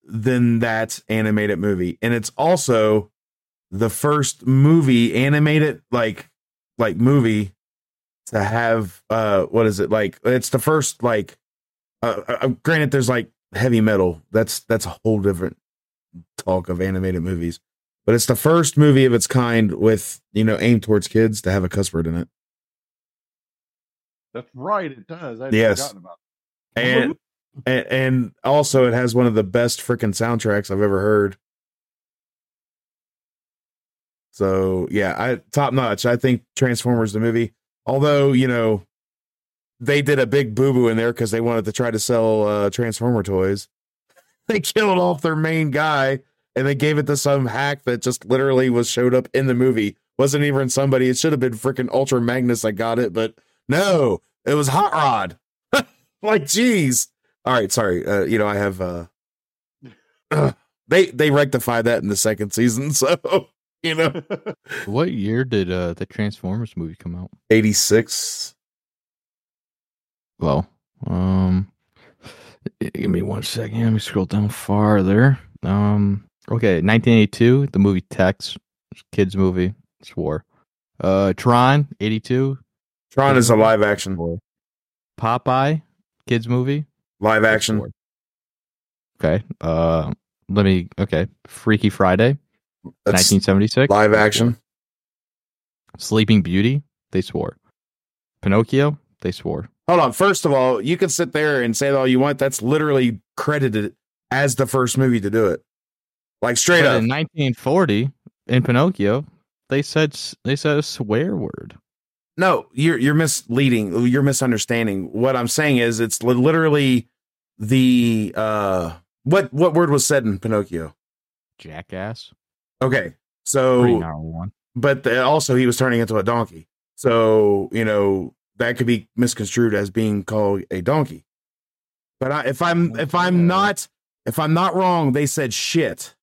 Speaker 3: than that animated movie, and it's also the first movie animated like like movie to have uh what is it like it's the first like uh, uh granted there's like heavy metal that's that's a whole different talk of animated movies but it's the first movie of its kind with you know aimed towards kids to have a cuss word in it
Speaker 6: That's right, it does. I'd
Speaker 3: Yes.
Speaker 6: forgotten about.
Speaker 3: and and, and also it has one of the best freaking soundtracks I've ever heard. So yeah, I top notch. I think Transformers the movie, although you know, they did a big boo boo in there because they wanted to try to sell uh, Transformer toys. (laughs) They killed off their main guy and they gave it to some hack that just literally was showed up in the movie. Wasn't even somebody. It should have been freaking Ultra Magnus that got it, but no, it was Hot Rod. like, jeez. All right, sorry. Uh, you know, I have. uh (clears throat) They they rectified that in the second season, (laughs) so you know.
Speaker 2: What year did uh, the Transformers movie come out?
Speaker 3: 86
Speaker 2: Well, um, i- give me one second. Let me scroll down farther. Um, okay, 1982, the movie Tex, kids movie, it's war. Uh, Tron, 82,
Speaker 3: tron is a live action
Speaker 2: Popeye, kids movie,
Speaker 3: live
Speaker 2: it's
Speaker 3: action
Speaker 2: war. Okay. Uh, let me. Okay, Freaky Friday,
Speaker 3: That's
Speaker 2: 1976,
Speaker 3: live action
Speaker 2: Sleeping Beauty, they swore. Pinocchio, they swore.
Speaker 3: hold on first of all you can sit there and say all you want that's literally credited as the first movie to do it like straight
Speaker 2: But
Speaker 3: up
Speaker 2: in 1940, in Pinocchio, they said s- they said a swear word.
Speaker 3: no you're you're misleading you're misunderstanding what i'm saying is it's li- literally the uh what what word was said in pinocchio
Speaker 2: Jackass.
Speaker 3: okay
Speaker 2: Oh,
Speaker 3: so
Speaker 2: one.
Speaker 3: but the, also he was turning into a donkey. So you know that could be misconstrued as being called a donkey. But I, if I'm if I'm not if I'm not wrong, they said shit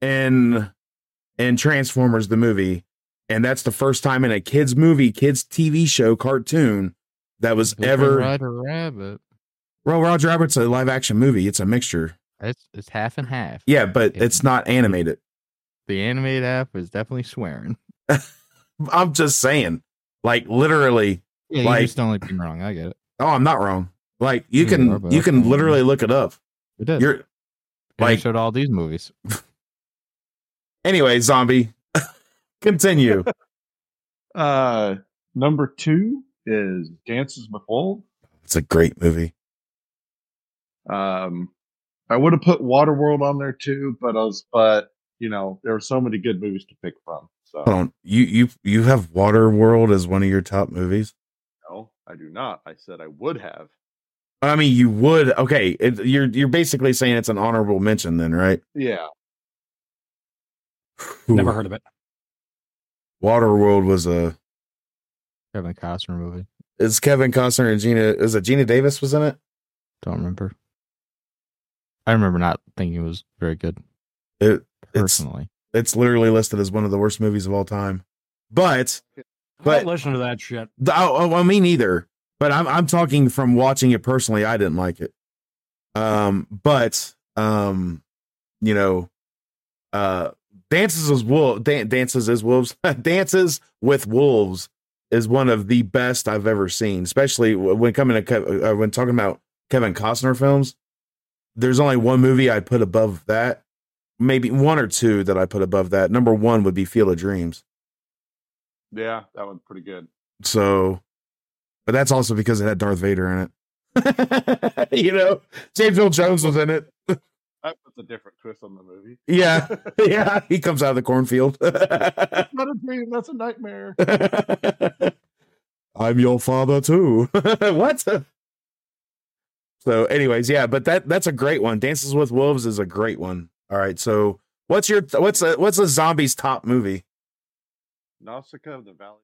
Speaker 3: in in Transformers the movie, and that's the first time in a kids movie, kids TV show, cartoon that was ever.
Speaker 2: ride a rabbit.
Speaker 3: Well, Roger Robert's a live action movie. It's a mixture.
Speaker 2: It's it's half and half.
Speaker 3: Yeah, but it's not animated.
Speaker 2: The animated half is definitely swearing.
Speaker 3: I'm just saying, like literally,
Speaker 2: Yeah,
Speaker 3: Like-
Speaker 2: you just don't like being wrong. I get it.
Speaker 3: Oh, I'm not wrong. Like you
Speaker 4: Mm,
Speaker 2: Yeah,
Speaker 3: can
Speaker 2: you are, but
Speaker 3: you
Speaker 2: that's
Speaker 3: can
Speaker 2: not
Speaker 3: literally look it up.
Speaker 2: It did.
Speaker 3: You're
Speaker 2: And I
Speaker 3: like-
Speaker 2: showed all these movies.
Speaker 3: anyway, zombie. (laughs)
Speaker 4: (laughs)
Speaker 3: Continue.
Speaker 6: Uh, number two is Dances with Wolves.
Speaker 3: it's a great movie.
Speaker 6: Um, I would have put Waterworld on there too, but I was, but you know, there were so many good movies to pick from. So
Speaker 3: Hold on. You you you have Waterworld as one of your top movies.
Speaker 6: no, I do not. I said I would have.
Speaker 3: I mean, you would. Okay, it, you're you're basically saying it's an honorable mention, then, right?
Speaker 6: Yeah,
Speaker 4: Never heard of it.
Speaker 3: Waterworld was a.
Speaker 2: Kevin Costner movie.
Speaker 3: It's Kevin Costner and Gina. Is it Gina Davis was in it?
Speaker 2: Don't remember. I remember not thinking it was very good
Speaker 3: It it's
Speaker 2: personally.
Speaker 3: it's literally listed as one of the worst movies of all time. But
Speaker 4: But
Speaker 3: But-
Speaker 4: don't listen to that shit.
Speaker 3: The- Oh, oh, well, me neither. But I'm I'm talking from watching it personally. I didn't like it. Um, but um, you know, uh, dances as wolves, dan- dances as wolves, (laughs) dances with wolves is one of the best I've ever seen. Especially w- when coming to Kev- uh, when talking about Kevin Costner films. There's only one movie I put above that. Maybe one or two that I put above that. Number one would be Field of Dreams.
Speaker 6: yeah, that one's pretty good.
Speaker 3: So, but that's also because it had Darth Vader in it. (laughs) you know, James Earl Jones was in it.
Speaker 6: That puts a different twist on the movie.
Speaker 3: Yeah, (laughs) yeah, he comes out of the cornfield.
Speaker 6: (laughs)
Speaker 3: (laughs)
Speaker 6: not a dream. That's a nightmare.
Speaker 3: I'm your father too. (laughs) what? So, anyways, yeah, but that that's a great one. Dances with Wolves is a great one. All right, so what's your what's a what's a zombie's top movie?
Speaker 6: Nausicaa of the Valley.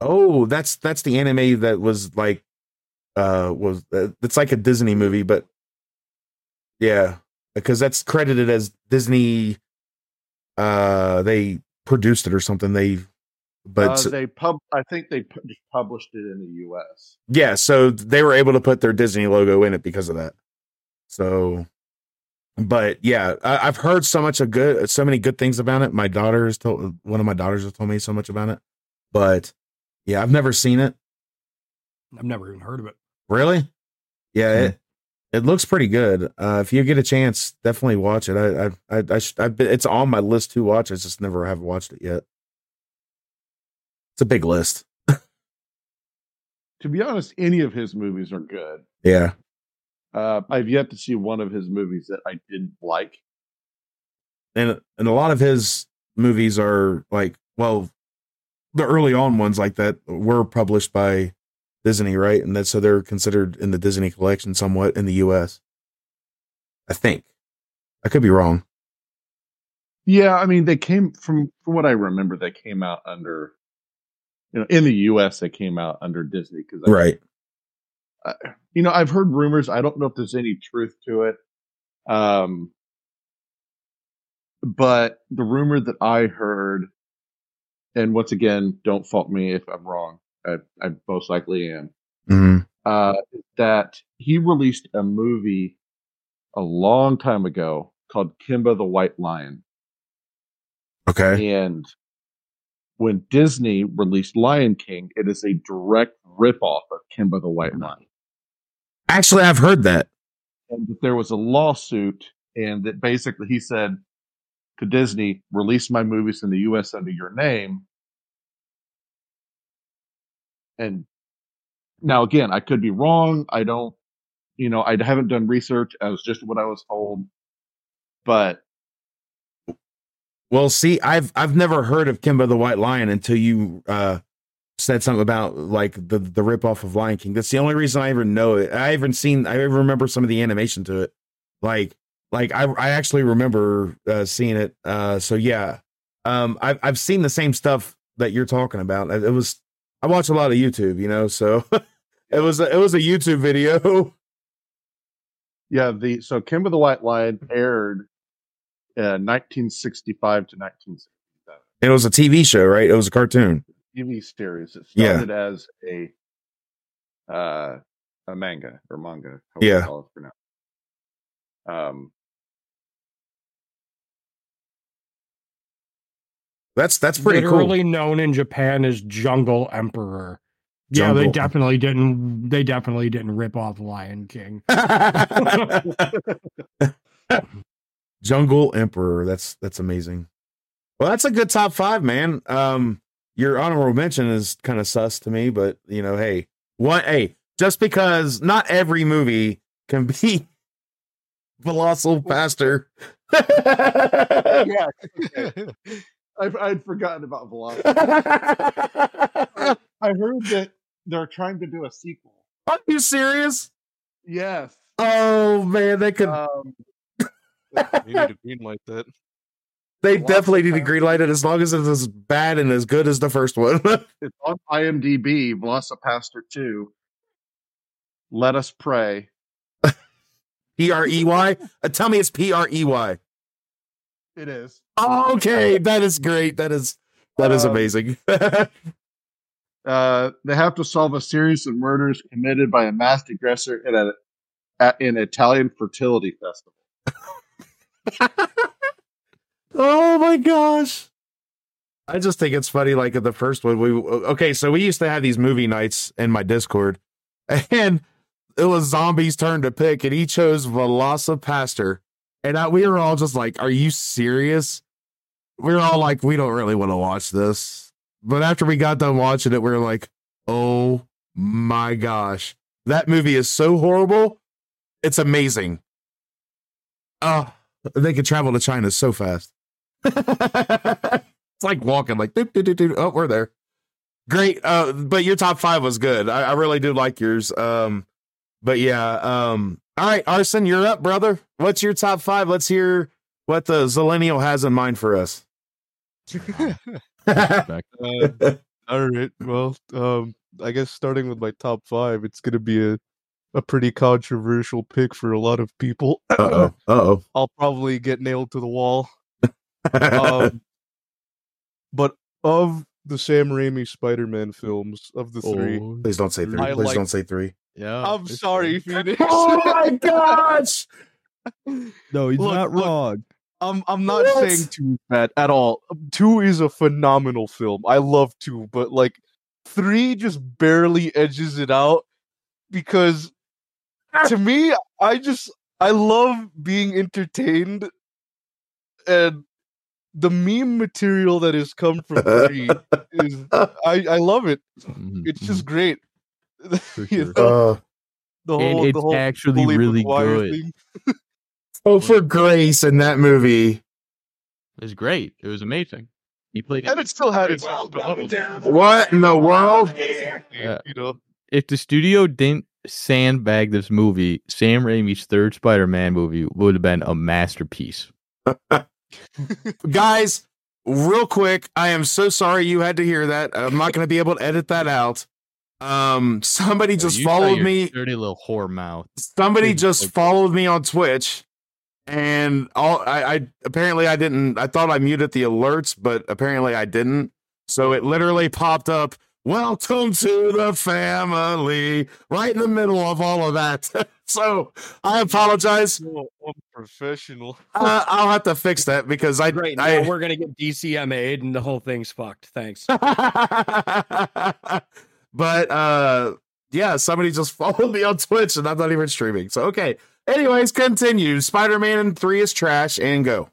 Speaker 3: Oh, that's that's the anime that was like uh was uh, it's like a Disney movie, but yeah, because that's credited as Disney. Uh, they produced it or something. They, but
Speaker 6: uh,
Speaker 3: so-
Speaker 6: they pub. I think they pu- just published it in the U.S.
Speaker 3: yeah, so they were able to put their Disney logo in it because of that. So, but yeah, I, I've heard so much of good, so many good things about it. My daughter has told one of my daughters has told me so much about it, but yeah, I've never seen it.
Speaker 4: I've never even heard of it.
Speaker 3: Really? Hmm. Yeah, it it looks pretty good. Uh, if you get a chance, definitely watch it. I I I, I, sh- I've been, it's on my list to watch. I just never have watched it yet. It's a big list.
Speaker 6: To be honest, any of his movies are good.
Speaker 3: Yeah.
Speaker 6: Uh, I've yet to see one of his movies that I didn't like.
Speaker 3: and and a lot of his movies are like well the early on ones like that were published by Disney, right? And that's so they're considered in the Disney collection somewhat in the US. I think. I could be wrong.
Speaker 6: Yeah, I mean, they came from from what I remember, they came out under, you know, in the U.S. they came out under Disney because You know, I've heard rumors. I don't know if there's any truth to it, um, but the rumor that I heard, and once again, don't fault me if I'm wrong. I, I most likely am.
Speaker 3: Mhm.
Speaker 6: uh, that he released a movie a long time ago called Kimba the White Lion.
Speaker 3: Okay.
Speaker 6: And when Disney released Lion King, it is a direct ripoff of Kimba the White Lion.
Speaker 3: Actually, I've heard that.
Speaker 6: And that there was a lawsuit, and that basically he said to Disney, release my movies in the US under your name. And now, again, I could be wrong. I don't, you know, I haven't done research. I was just what I was told. But
Speaker 3: Well, see, I've I've never heard of Kimba the White Lion until you uh said something about like the the ripoff of Lion King. That's the only reason I even know it. I haven't seen I even remember some of the animation to it. Like like I I actually remember uh seeing it. Uh so yeah. Um I've I've seen the same stuff that you're talking about. It it was I watch a lot of YouTube, you know, so (laughs) it was a, it was a YouTube video. (laughs)
Speaker 6: yeah, the so Kimba the White Lion aired uh, 1965 to 1967.
Speaker 3: It was a TV show, right? It was a cartoon.
Speaker 6: TV series. It
Speaker 3: Yeah.
Speaker 6: started as a uh a manga or manga. however
Speaker 3: Yeah.
Speaker 6: you call it for now. Um,
Speaker 3: That's that's pretty cool.
Speaker 4: literally known in Japan as Jungle Emperor. Yeah, they
Speaker 3: Jungle.
Speaker 4: definitely didn't. They definitely didn't rip off Lion King.
Speaker 3: (laughs) Jungle Emperor. That's that's amazing. Well, that's a good top five, man. Um, your honorable mention is kind of sus to me, but you know, hey, one, hey, just because not every movie can be (laughs) Colossal Pastor.
Speaker 6: yeah, okay. (laughs) I've, I'd forgotten about Velocity.
Speaker 3: (laughs)
Speaker 6: I heard that they're trying to do a sequel.
Speaker 3: Are you serious?
Speaker 6: Yes.
Speaker 3: Oh man, they could.
Speaker 6: Um,
Speaker 7: You need to green light that.
Speaker 3: they
Speaker 6: Colossal
Speaker 3: definitely need to
Speaker 6: Pastor.
Speaker 3: green light it as long as it's as bad and as good as the first one. (laughs)
Speaker 6: it's on IMDb, Velocipaster 2. Let us pray.
Speaker 3: P R E Y. Uh, Tell me it's P R E Y.
Speaker 6: It is.
Speaker 3: Okay, that is great. That is that is
Speaker 6: Um,
Speaker 3: amazing. (laughs)
Speaker 6: Uh, they have to solve a series of murders committed by a masked aggressor at, a, at an Italian fertility festival.
Speaker 3: oh my gosh. I just think it's funny. Like at the first one, we okay. So we used to have these movie nights in my Discord, (laughs) and it was zombies' turn to pick, and he chose Velocipaster, and I, we were all just like, "Are you serious?" We were all like, "We don't really want to watch this," but after we got done watching it, we were like, "Oh my gosh, that movie is so horrible! It's amazing." Oh, they could travel to China so fast. (laughs) it's like walking, like doop, doop, doop, doop. oh, we're there. Great. Uh, but your top five was good. I, I really do like yours. Um, but yeah. Um, all right, Arson, you're up, brother. What's your top five? Let's hear what the Zillennial has in mind for
Speaker 7: (laughs)
Speaker 3: us.
Speaker 7: Uh, all right. Well, um, I guess starting with my top five, it's going to be a, a pretty controversial pick for a lot of people. (laughs)
Speaker 3: Uh oh.
Speaker 7: I'll probably get nailed to the wall.
Speaker 3: Uh
Speaker 7: Um, but of the Sam Raimi Spider-Man films, of the three,
Speaker 2: Oh,
Speaker 3: (laughs) Please don't say three.
Speaker 7: I
Speaker 3: Please
Speaker 7: like-
Speaker 3: don't say three.
Speaker 2: yeah.
Speaker 7: I'm
Speaker 2: Oh, it's
Speaker 7: sorry,
Speaker 2: fine.
Speaker 7: Phoenix.
Speaker 3: (laughs) Oh my gosh.
Speaker 7: no, he's
Speaker 6: not
Speaker 7: wrong. I'm I'm not
Speaker 3: What?
Speaker 7: saying two is bad at all. Um, Two is a phenomenal film. I love two, but like three just barely edges it out because to me, I just I love being entertained and the meme material that has come from three is I, I love it.
Speaker 2: Mhm,
Speaker 7: It's
Speaker 2: mhm,
Speaker 7: just great.
Speaker 2: for
Speaker 7: (laughs) you
Speaker 2: sure.
Speaker 7: know,
Speaker 3: Uh,
Speaker 7: the
Speaker 2: And it's actually
Speaker 7: Bully
Speaker 2: really good.
Speaker 7: McGuire thing.
Speaker 3: oh, for Grace in that movie.
Speaker 2: It was great. It was amazing. He played
Speaker 7: and it still had its
Speaker 3: What in the world?
Speaker 2: Uh,
Speaker 7: you know
Speaker 2: if the studio didn't sandbag this movie, Sam Raimi's third Spider-Man movie would have been a masterpiece.
Speaker 3: guys real quick i am so sorry you had to hear that i'm not going to be able to edit that out um somebody just
Speaker 2: You tell
Speaker 3: followed
Speaker 2: your
Speaker 3: me
Speaker 2: dirty little whore mouth.
Speaker 3: somebody
Speaker 2: Dude,
Speaker 3: just
Speaker 2: like-
Speaker 3: followed me on twitch and all I, I apparently i didn't i thought i muted the alerts but apparently i didn't so it literally popped up welcome to the family right in the middle of all of that (laughs) so i
Speaker 4: (laughs)
Speaker 3: apologize
Speaker 7: Professional.
Speaker 3: uh, i'll have to fix that because i
Speaker 4: Great. Now
Speaker 3: I,
Speaker 4: we're gonna get DCMA'd and the whole thing's fucked. Thanks.
Speaker 3: (laughs) but uh yeah, somebody just (laughs) followed me on Twitch and I'm not even streaming. So okay. Anyways, continue. Spider-Man 3 is trash and go.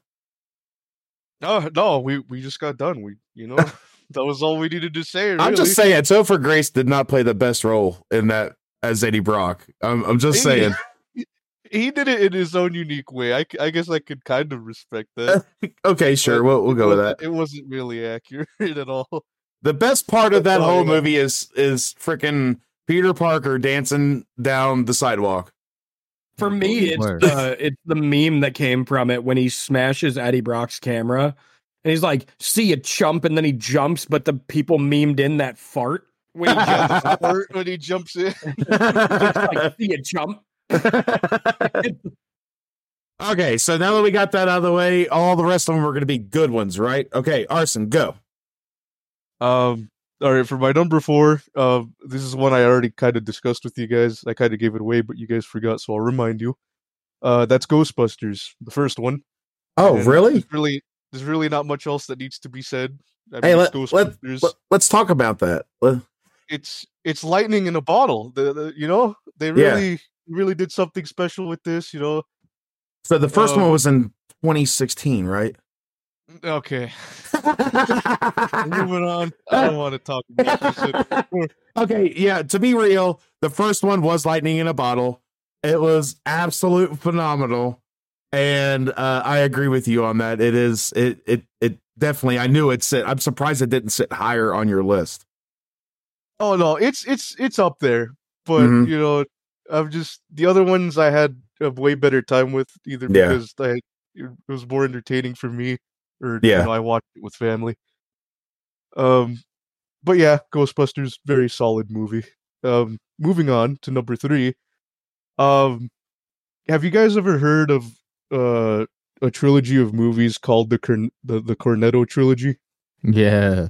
Speaker 7: No, no, we we just got done. We, you (laughs) know, that was all we needed to say.
Speaker 3: I'm just
Speaker 7: really.
Speaker 3: saying Topher Grace did not play the best role in that as Eddie Brock. I'm I'm just
Speaker 7: He-
Speaker 3: saying.
Speaker 7: He did it in his own unique way. I, c- I guess I could kind of respect that.
Speaker 3: Okay, sure. We'll we'll go with that.
Speaker 7: It wasn't really accurate (laughs) at all.
Speaker 3: The best part of that
Speaker 7: Oh,
Speaker 3: whole
Speaker 7: yeah.
Speaker 3: movie is is freaking Peter Parker dancing down the sidewalk. (laughs)
Speaker 4: For me, it's
Speaker 2: Word.
Speaker 4: the it's the meme that came from it when he smashes Eddie Brock's camera, and he's like, "See you, chump," and then he jumps, but the people memed in that fart when he
Speaker 3: (laughs)
Speaker 4: jumps.
Speaker 7: Fart when he jumps in. (laughs)
Speaker 4: It's like, See you, chump.
Speaker 3: Okay, so now that we got that out of the way, all the rest of them are going to be good ones, right? Okay, Arson, go.
Speaker 7: Um, all right, for my number four, uh, this is one I already kind of discussed with you guys. I kind of gave it away, but you guys forgot, so I'll remind you. Uh, that's Ghostbusters, the first one.
Speaker 3: Oh,
Speaker 7: And
Speaker 3: Hmm.
Speaker 7: There's really, there's really not much else that needs to be said. I
Speaker 3: Hey,
Speaker 7: it's
Speaker 3: let- let-
Speaker 7: Ghostbusters.
Speaker 3: us talk about that. Let-
Speaker 7: it's it's lightning in a bottle. The, the- you know, they
Speaker 3: Yeah.
Speaker 7: really, really did something special with this. You know,
Speaker 3: So the first
Speaker 7: Um,
Speaker 3: one was in 2016, right?
Speaker 7: okay.
Speaker 3: Ah,
Speaker 7: Moving on. I
Speaker 3: (laughs)
Speaker 7: don't want to talk about this. It-
Speaker 3: okay, yeah, to be real, the first one was Lightning in a Bottle. It was absolute phenomenal. And uh, I agree with you on that. It is it it it definitely I knew it sit. I'm surprised it didn't sit higher on your list.
Speaker 7: Oh no, it's it's it's up there, but
Speaker 3: Mhm.
Speaker 7: you know, I'm just the other ones I had a way better time with either
Speaker 3: Yeah.
Speaker 7: because I it was more entertaining for me, or
Speaker 3: Yeah.
Speaker 7: you know, I watched it with family. Um, but yeah, Ghostbusters very solid movie. Um, moving on to number three. Um, have you guys ever heard of uh a trilogy of movies called the Corn- the the Cornetto trilogy?
Speaker 2: Yeah.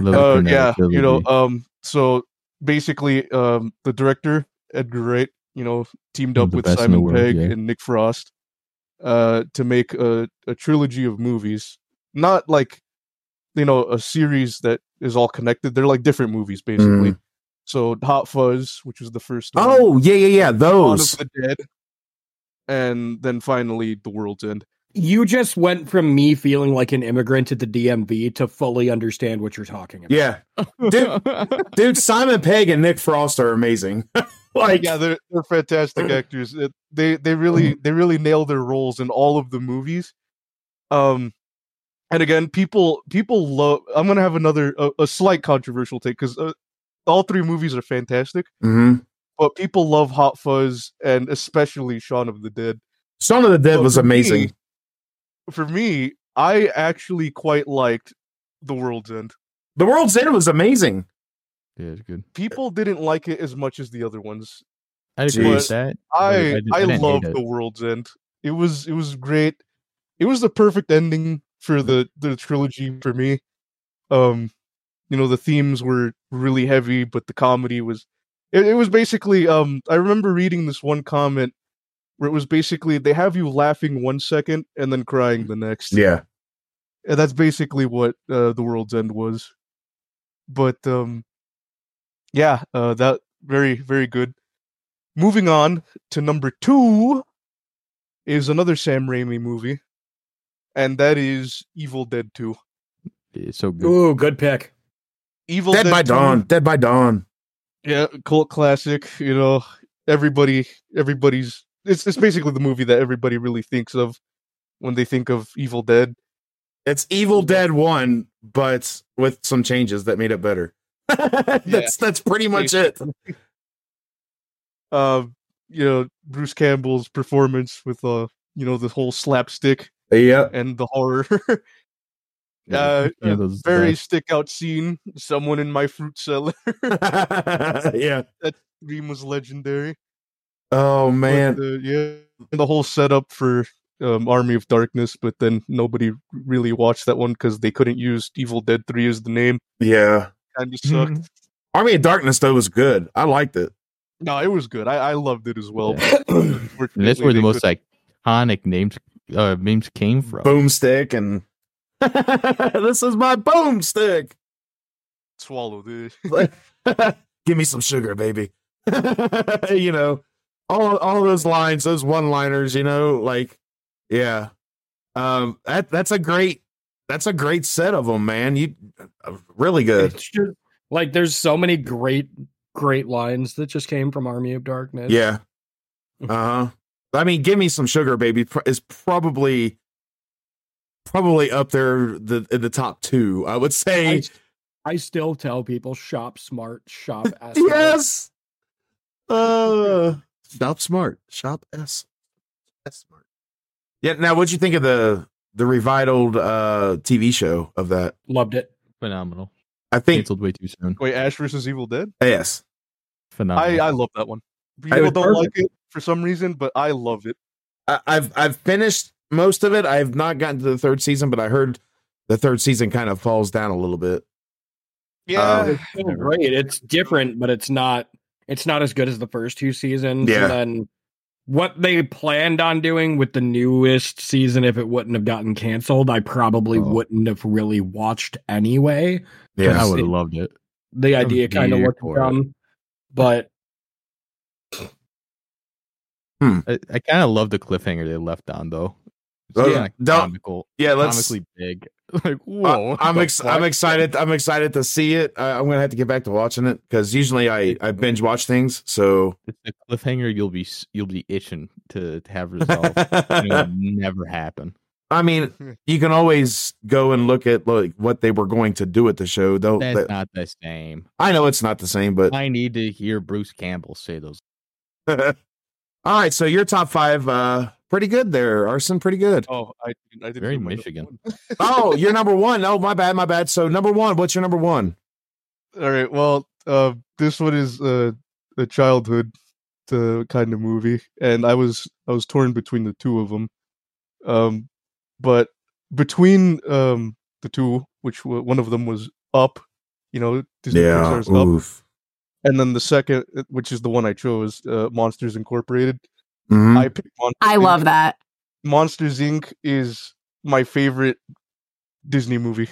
Speaker 2: Love the
Speaker 7: Uh,
Speaker 2: Cornetto
Speaker 7: yeah, you know,
Speaker 2: trilogy.
Speaker 7: um, so basically, um, the director Edgar Wright, you know, teamed
Speaker 2: One
Speaker 7: up
Speaker 2: of the
Speaker 7: with
Speaker 2: best in the
Speaker 7: Simon
Speaker 2: world,
Speaker 7: Pegg
Speaker 2: yeah.
Speaker 7: and Nick Frost, uh, to make a, a trilogy of movies, not like, you know, a series that is all connected. They're like different movies, basically.
Speaker 2: Mm.
Speaker 7: So Hot Fuzz, which was the first. one,
Speaker 3: Oh, yeah, yeah, yeah,
Speaker 7: Dawn
Speaker 3: those.
Speaker 7: of the Dead, and then finally The World's End.
Speaker 4: You just went from me feeling like an immigrant at the DMV to fully understand what you're talking about.
Speaker 3: Yeah. Dude,
Speaker 7: uh,
Speaker 2: (laughs)
Speaker 3: dude, Simon Pegg and Nick Frost are amazing. (laughs) like
Speaker 7: yeah, they're they're fantastic actors. It- They they really they really nail their roles in all of the movies. Um, and again, people people love. I'm gonna have another a, a slight controversial take because uh, all three movies are fantastic,
Speaker 3: Mhm.
Speaker 7: but people love Hot Fuzz and especially Shaun of the Dead.
Speaker 3: Shaun of the Dead
Speaker 7: But
Speaker 3: was
Speaker 7: for me-
Speaker 3: amazing.
Speaker 7: For me, I actually quite liked The World's End.
Speaker 3: The World's End was amazing.
Speaker 2: yeah, it's good.
Speaker 7: People didn't like it as much as the other ones.
Speaker 2: I agree
Speaker 7: Jeez.
Speaker 2: with that.
Speaker 7: I
Speaker 2: didn't-
Speaker 7: I,
Speaker 2: didn't hate
Speaker 7: love
Speaker 2: it.
Speaker 7: the world's end. It was it was great. It was the perfect ending for the the trilogy for me. Um, you know the themes were really heavy, but the comedy was. It, it was basically. Um, I remember reading this one comment where it was basically they have you laughing one second and then crying the next.
Speaker 3: Yeah.
Speaker 7: And that's basically what uh, the world's end was but um yeah uh that very very good moving on to number two is another sam raimi movie and that is evil dead 2
Speaker 2: It's so good.
Speaker 4: Ooh, good pick.
Speaker 7: evil
Speaker 3: Dead by
Speaker 7: 2,
Speaker 3: Dawn. Dead by Dawn.
Speaker 7: yeah cult classic you know everybody everybody's it's, it's basically the movie that everybody really thinks of when they think of evil dead
Speaker 3: It's Evil Dead One, (laughs) but with some changes that made it better. that's that's pretty much it.
Speaker 7: uh, you know Bruce Campbell's performance with uh you know the whole slapstick (laughs)
Speaker 8: Yep.
Speaker 7: and the horror. uh,
Speaker 2: yeah,
Speaker 7: a
Speaker 2: those-
Speaker 7: very
Speaker 2: that-
Speaker 7: stick out scene. Someone in my fruit cellar.
Speaker 3: (laughs) yeah.
Speaker 7: (laughs) Dream was legendary.
Speaker 3: Oh
Speaker 7: But,
Speaker 3: man.
Speaker 7: uh, yeah, and the whole setup for um, Army of Darkness, but then nobody really watched that one because they couldn't use Evil Dead Three as the name.
Speaker 3: Yeah.
Speaker 7: Kind of sucked.
Speaker 3: Army of Darkness though was good. I liked it.
Speaker 7: No, it was good. I, I loved it as well.
Speaker 2: Yeah.
Speaker 7: but
Speaker 2: And that's
Speaker 7: unfortunately,
Speaker 2: where the
Speaker 7: they
Speaker 2: most
Speaker 7: couldn't-
Speaker 2: iconic names uh memes came from.
Speaker 3: Boomstick and (laughs) this is my boomstick.
Speaker 7: swallow this.
Speaker 3: (laughs) Give me some sugar, baby. (laughs) you know, all all those lines, those one liners. You know, like yeah, um, that that's a great that's a great set of them, man. You uh, really good.
Speaker 4: It's just like there's so many great, great lines that just came from Army of Darkness.
Speaker 3: Yeah. Uh huh. I mean, give me some sugar, baby. pr- Is probably probably up there the in the top two. I would
Speaker 4: I,
Speaker 3: say
Speaker 4: I still tell people shop smart,
Speaker 3: (laughs)
Speaker 4: shop ethical.
Speaker 3: yes. Uh, shop smart. Shop s. S smart. Yeah. Now, what'd you think of the the revitaled uh TV show of that?
Speaker 4: Loved it.
Speaker 2: Phenomenal.
Speaker 3: I think
Speaker 2: Canceled way too soon.
Speaker 7: Wait, Ash versus Evil Dead.
Speaker 3: yes.
Speaker 2: Phenomenal.
Speaker 7: I,
Speaker 3: Uh-huh.
Speaker 7: I love that one.
Speaker 3: It
Speaker 7: People
Speaker 3: was
Speaker 7: don't like it for some reason, but I love it.
Speaker 3: I, I've I've finished most of it. I've not gotten to the third season, but I heard the third season kind of falls down a little bit. Um, Yeah.
Speaker 7: Um,
Speaker 4: It's still Oh, great. It's different, but it's not. It's not as good as the first two seasons.
Speaker 3: Yeah.
Speaker 4: And then what they planned on doing with the newest season, if it wouldn't have gotten canceled, I probably
Speaker 2: Oh.
Speaker 4: wouldn't have really watched anyway.
Speaker 2: I
Speaker 4: Yes.
Speaker 2: would have loved it.
Speaker 4: The
Speaker 2: I'm
Speaker 4: idea kind of
Speaker 2: here
Speaker 4: looked
Speaker 2: for it.
Speaker 4: dumb, but
Speaker 2: I, I kind of love the cliffhanger they left on though. It's
Speaker 3: Oh,
Speaker 2: kinda
Speaker 3: don't-
Speaker 2: comical,
Speaker 3: Yeah, let's.
Speaker 2: comically big. (laughs) like whoa.
Speaker 3: I, I'm
Speaker 2: the
Speaker 3: ex- I'm
Speaker 2: fuck?
Speaker 3: excited. I'm excited to see it. I, I'm gonna have to get back to watching it because usually I I binge watch things. So (laughs)
Speaker 2: It's a cliffhanger. You'll be s- you'll be itching to, to have
Speaker 3: Oh,
Speaker 2: resolved. and
Speaker 3: (laughs)
Speaker 2: it'll never happen.
Speaker 3: I mean, you can always go and look at like what they were going to do at the show. Though
Speaker 2: That's
Speaker 3: Oh, that-
Speaker 2: not the same.
Speaker 3: I know it's not the same, but
Speaker 2: I need to hear Bruce Campbell say those.
Speaker 3: (laughs) all right. So your top five, uh, pretty good there, Arson. Pretty
Speaker 7: (laughs)
Speaker 3: good.
Speaker 7: Oh, I didn't. I didn't
Speaker 2: Very
Speaker 7: do my number
Speaker 2: Michigan.
Speaker 7: one.
Speaker 3: (laughs)
Speaker 7: (laughs)
Speaker 3: Oh, you're number one. Oh, my bad, my bad. So number one, what's your number one?
Speaker 7: All right. Well, uh, this one is uh, a childhood uh, kind of movie, and I was I was torn between the two of them. Um, but between um the two, which wa- one of them was Up, you know, Disney Pixar's Up,
Speaker 3: Oof.
Speaker 7: and then the second, uh, which is the one I chose, uh, Monsters Incorporated. (laughs)
Speaker 3: Mhm.
Speaker 7: I picked Monsters
Speaker 5: I
Speaker 7: Inc.
Speaker 5: love that.
Speaker 7: Monsters Inc. is my favorite Disney movie.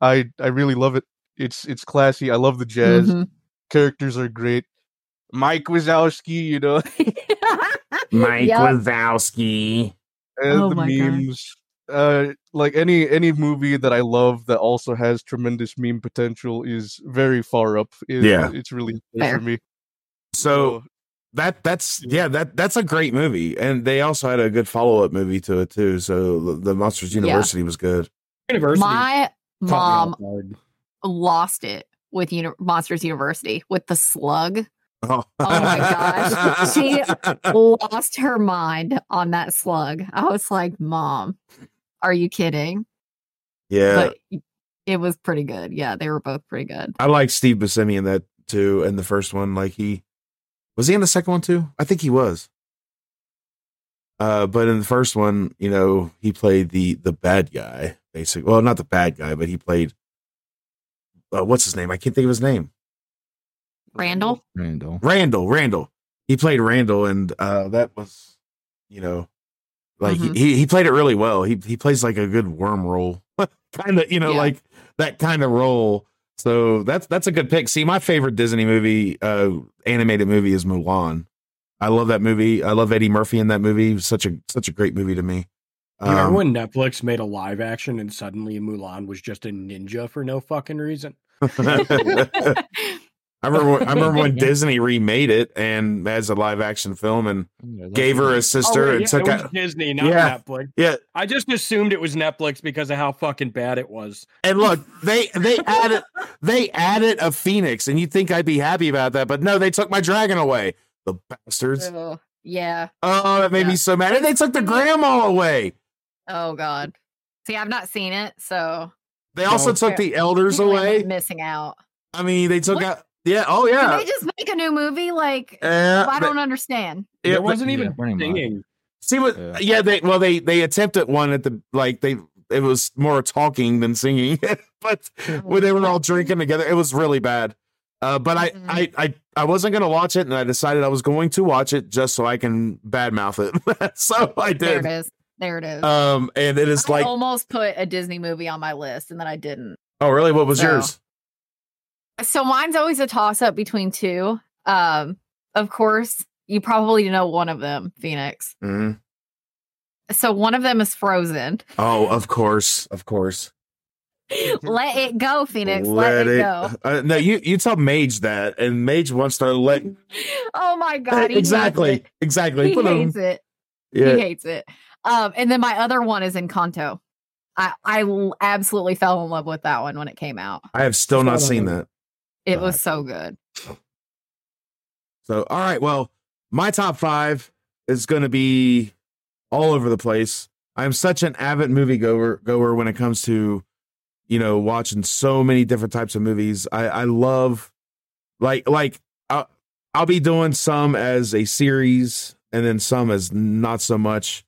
Speaker 7: I I really love it. It's it's classy. I love the jazz.
Speaker 5: (laughs) Mhm.
Speaker 7: Characters are great. Mike Wazowski, you know, (laughs)
Speaker 3: Mike
Speaker 5: Yep.
Speaker 3: Wazowski.
Speaker 7: and
Speaker 5: Oh
Speaker 7: the
Speaker 5: my God.
Speaker 7: memes. Uh, like any any movie that I love that also has tremendous meme potential is very far up. It-
Speaker 3: Yeah.
Speaker 7: it's really up there
Speaker 5: Fair.
Speaker 7: for me. Oh.
Speaker 3: So that that's yeah that that's a great movie, and they also had a good follow up movie to it too. So the, the Monsters
Speaker 5: Yeah.
Speaker 3: University was good.
Speaker 4: University
Speaker 5: My
Speaker 4: caught me off
Speaker 5: mom
Speaker 4: guard.
Speaker 5: lost it with Uni- Monsters University with the slug.
Speaker 3: Oh,
Speaker 5: my
Speaker 3: (laughs)
Speaker 5: gosh. She- lost her mind on that slug. I was like, "Mom, are you kidding?"
Speaker 3: yeah,
Speaker 5: But it was pretty good. Yeah, they were both pretty good.
Speaker 3: I like Steve Buscemi in that too. And the first one, like he was he in the second one too. I think he was. Uh, but in the first one, you know, he played the the bad guy, basically. Well, not the bad guy, but he played. Uh, what's his name? I can't think of his name.
Speaker 5: Randall,
Speaker 2: Randall.
Speaker 3: Randall, Randall. He played Randall, and uh, that was, you know, like
Speaker 4: Mm-hmm.
Speaker 5: Mhm.
Speaker 3: he he played it really well. He he plays like a good worm role, (laughs) kind of, you know,
Speaker 5: Yeah.
Speaker 3: like that kind of role. So that's that's a good pick. See, my favorite Disney movie, uh, animated movie, is Mulan. I love that movie. I love Eddie Murphy in that movie. It was Such a such a great movie to me.
Speaker 4: You remember
Speaker 3: Um,
Speaker 4: when Netflix made a live action and suddenly Mulan was just a ninja for no fucking reason?
Speaker 3: (laughs)
Speaker 4: (laughs)
Speaker 3: I remember when, I remember when Disney remade it and as a live action film and gave her a
Speaker 5: Oh,
Speaker 3: sister
Speaker 4: wait,
Speaker 3: and
Speaker 4: Oh, yeah,
Speaker 3: took
Speaker 4: it was
Speaker 3: out
Speaker 4: Disney, not
Speaker 3: Yeah.
Speaker 4: Netflix.
Speaker 3: Yeah.
Speaker 4: I just assumed it was Netflix because of how fucking bad it was.
Speaker 3: And look, they they added they added a phoenix, and you'd think I'd be happy about that, but no, they took my dragon away. The bastards.
Speaker 5: Ugh. yeah.
Speaker 3: Oh, that made me
Speaker 5: Yeah.
Speaker 3: so mad. And they took the grandma away.
Speaker 5: Oh God. See, I've not seen it, so
Speaker 3: They also took the elders
Speaker 5: apparently I'm
Speaker 3: away.
Speaker 5: missing out.
Speaker 3: I mean, they took
Speaker 5: What?
Speaker 3: out. Yeah. Oh,
Speaker 5: Did
Speaker 3: yeah.
Speaker 5: they just make a new movie? Like,
Speaker 3: Uh,
Speaker 5: I
Speaker 3: they-
Speaker 5: don't understand.
Speaker 3: yeah,
Speaker 4: There
Speaker 3: they-
Speaker 4: wasn't
Speaker 2: yeah,
Speaker 4: even
Speaker 2: pretty much.
Speaker 4: singing.
Speaker 3: See what?
Speaker 2: Yeah.
Speaker 3: Yeah. they well they they attempted one at the like they it was more talking than singing, (laughs) but
Speaker 5: Oh.
Speaker 3: when they were all drinking together, it was really bad. Uh, but I,
Speaker 5: Mhm.
Speaker 3: I I I wasn't gonna watch it, and I decided I was going to watch it just so I can badmouth it. (laughs) so I
Speaker 5: There
Speaker 3: did.
Speaker 5: it is. There it is.
Speaker 3: Um, and it is
Speaker 5: I
Speaker 3: like,
Speaker 5: almost put a Disney movie on my list, and then I didn't.
Speaker 3: oh really? What was
Speaker 5: So.
Speaker 3: yours?
Speaker 5: So mine's always a toss up between two. Um, of course, you probably know one of them, Phoenix.
Speaker 3: Mhm.
Speaker 5: So one of them is
Speaker 3: (laughs)
Speaker 5: Frozen. (laughs)
Speaker 3: Oh, of course, of course.
Speaker 5: let it go, Phoenix. Let, it, go.
Speaker 3: Uh, no, you you tell Mage that, and Mage wants to let
Speaker 5: Oh my god! he hates
Speaker 3: Eh, (laughs) exactly,
Speaker 5: it.
Speaker 3: exactly.
Speaker 5: He
Speaker 3: Put him-
Speaker 5: hates it. He hates it. Um, and then my other one is Encanto. I I l- absolutely fell in love with that one when it came out.
Speaker 3: I have still not seen that.
Speaker 5: It
Speaker 3: God.
Speaker 5: was so good.
Speaker 3: So, all right. Well, my top five is going to be all over the place. I'm such an avid movie goer, goer when it comes to, you know, watching so many different types of movies. I, I love, like, like I'll, I'll be doing some as a series and then some as not so much,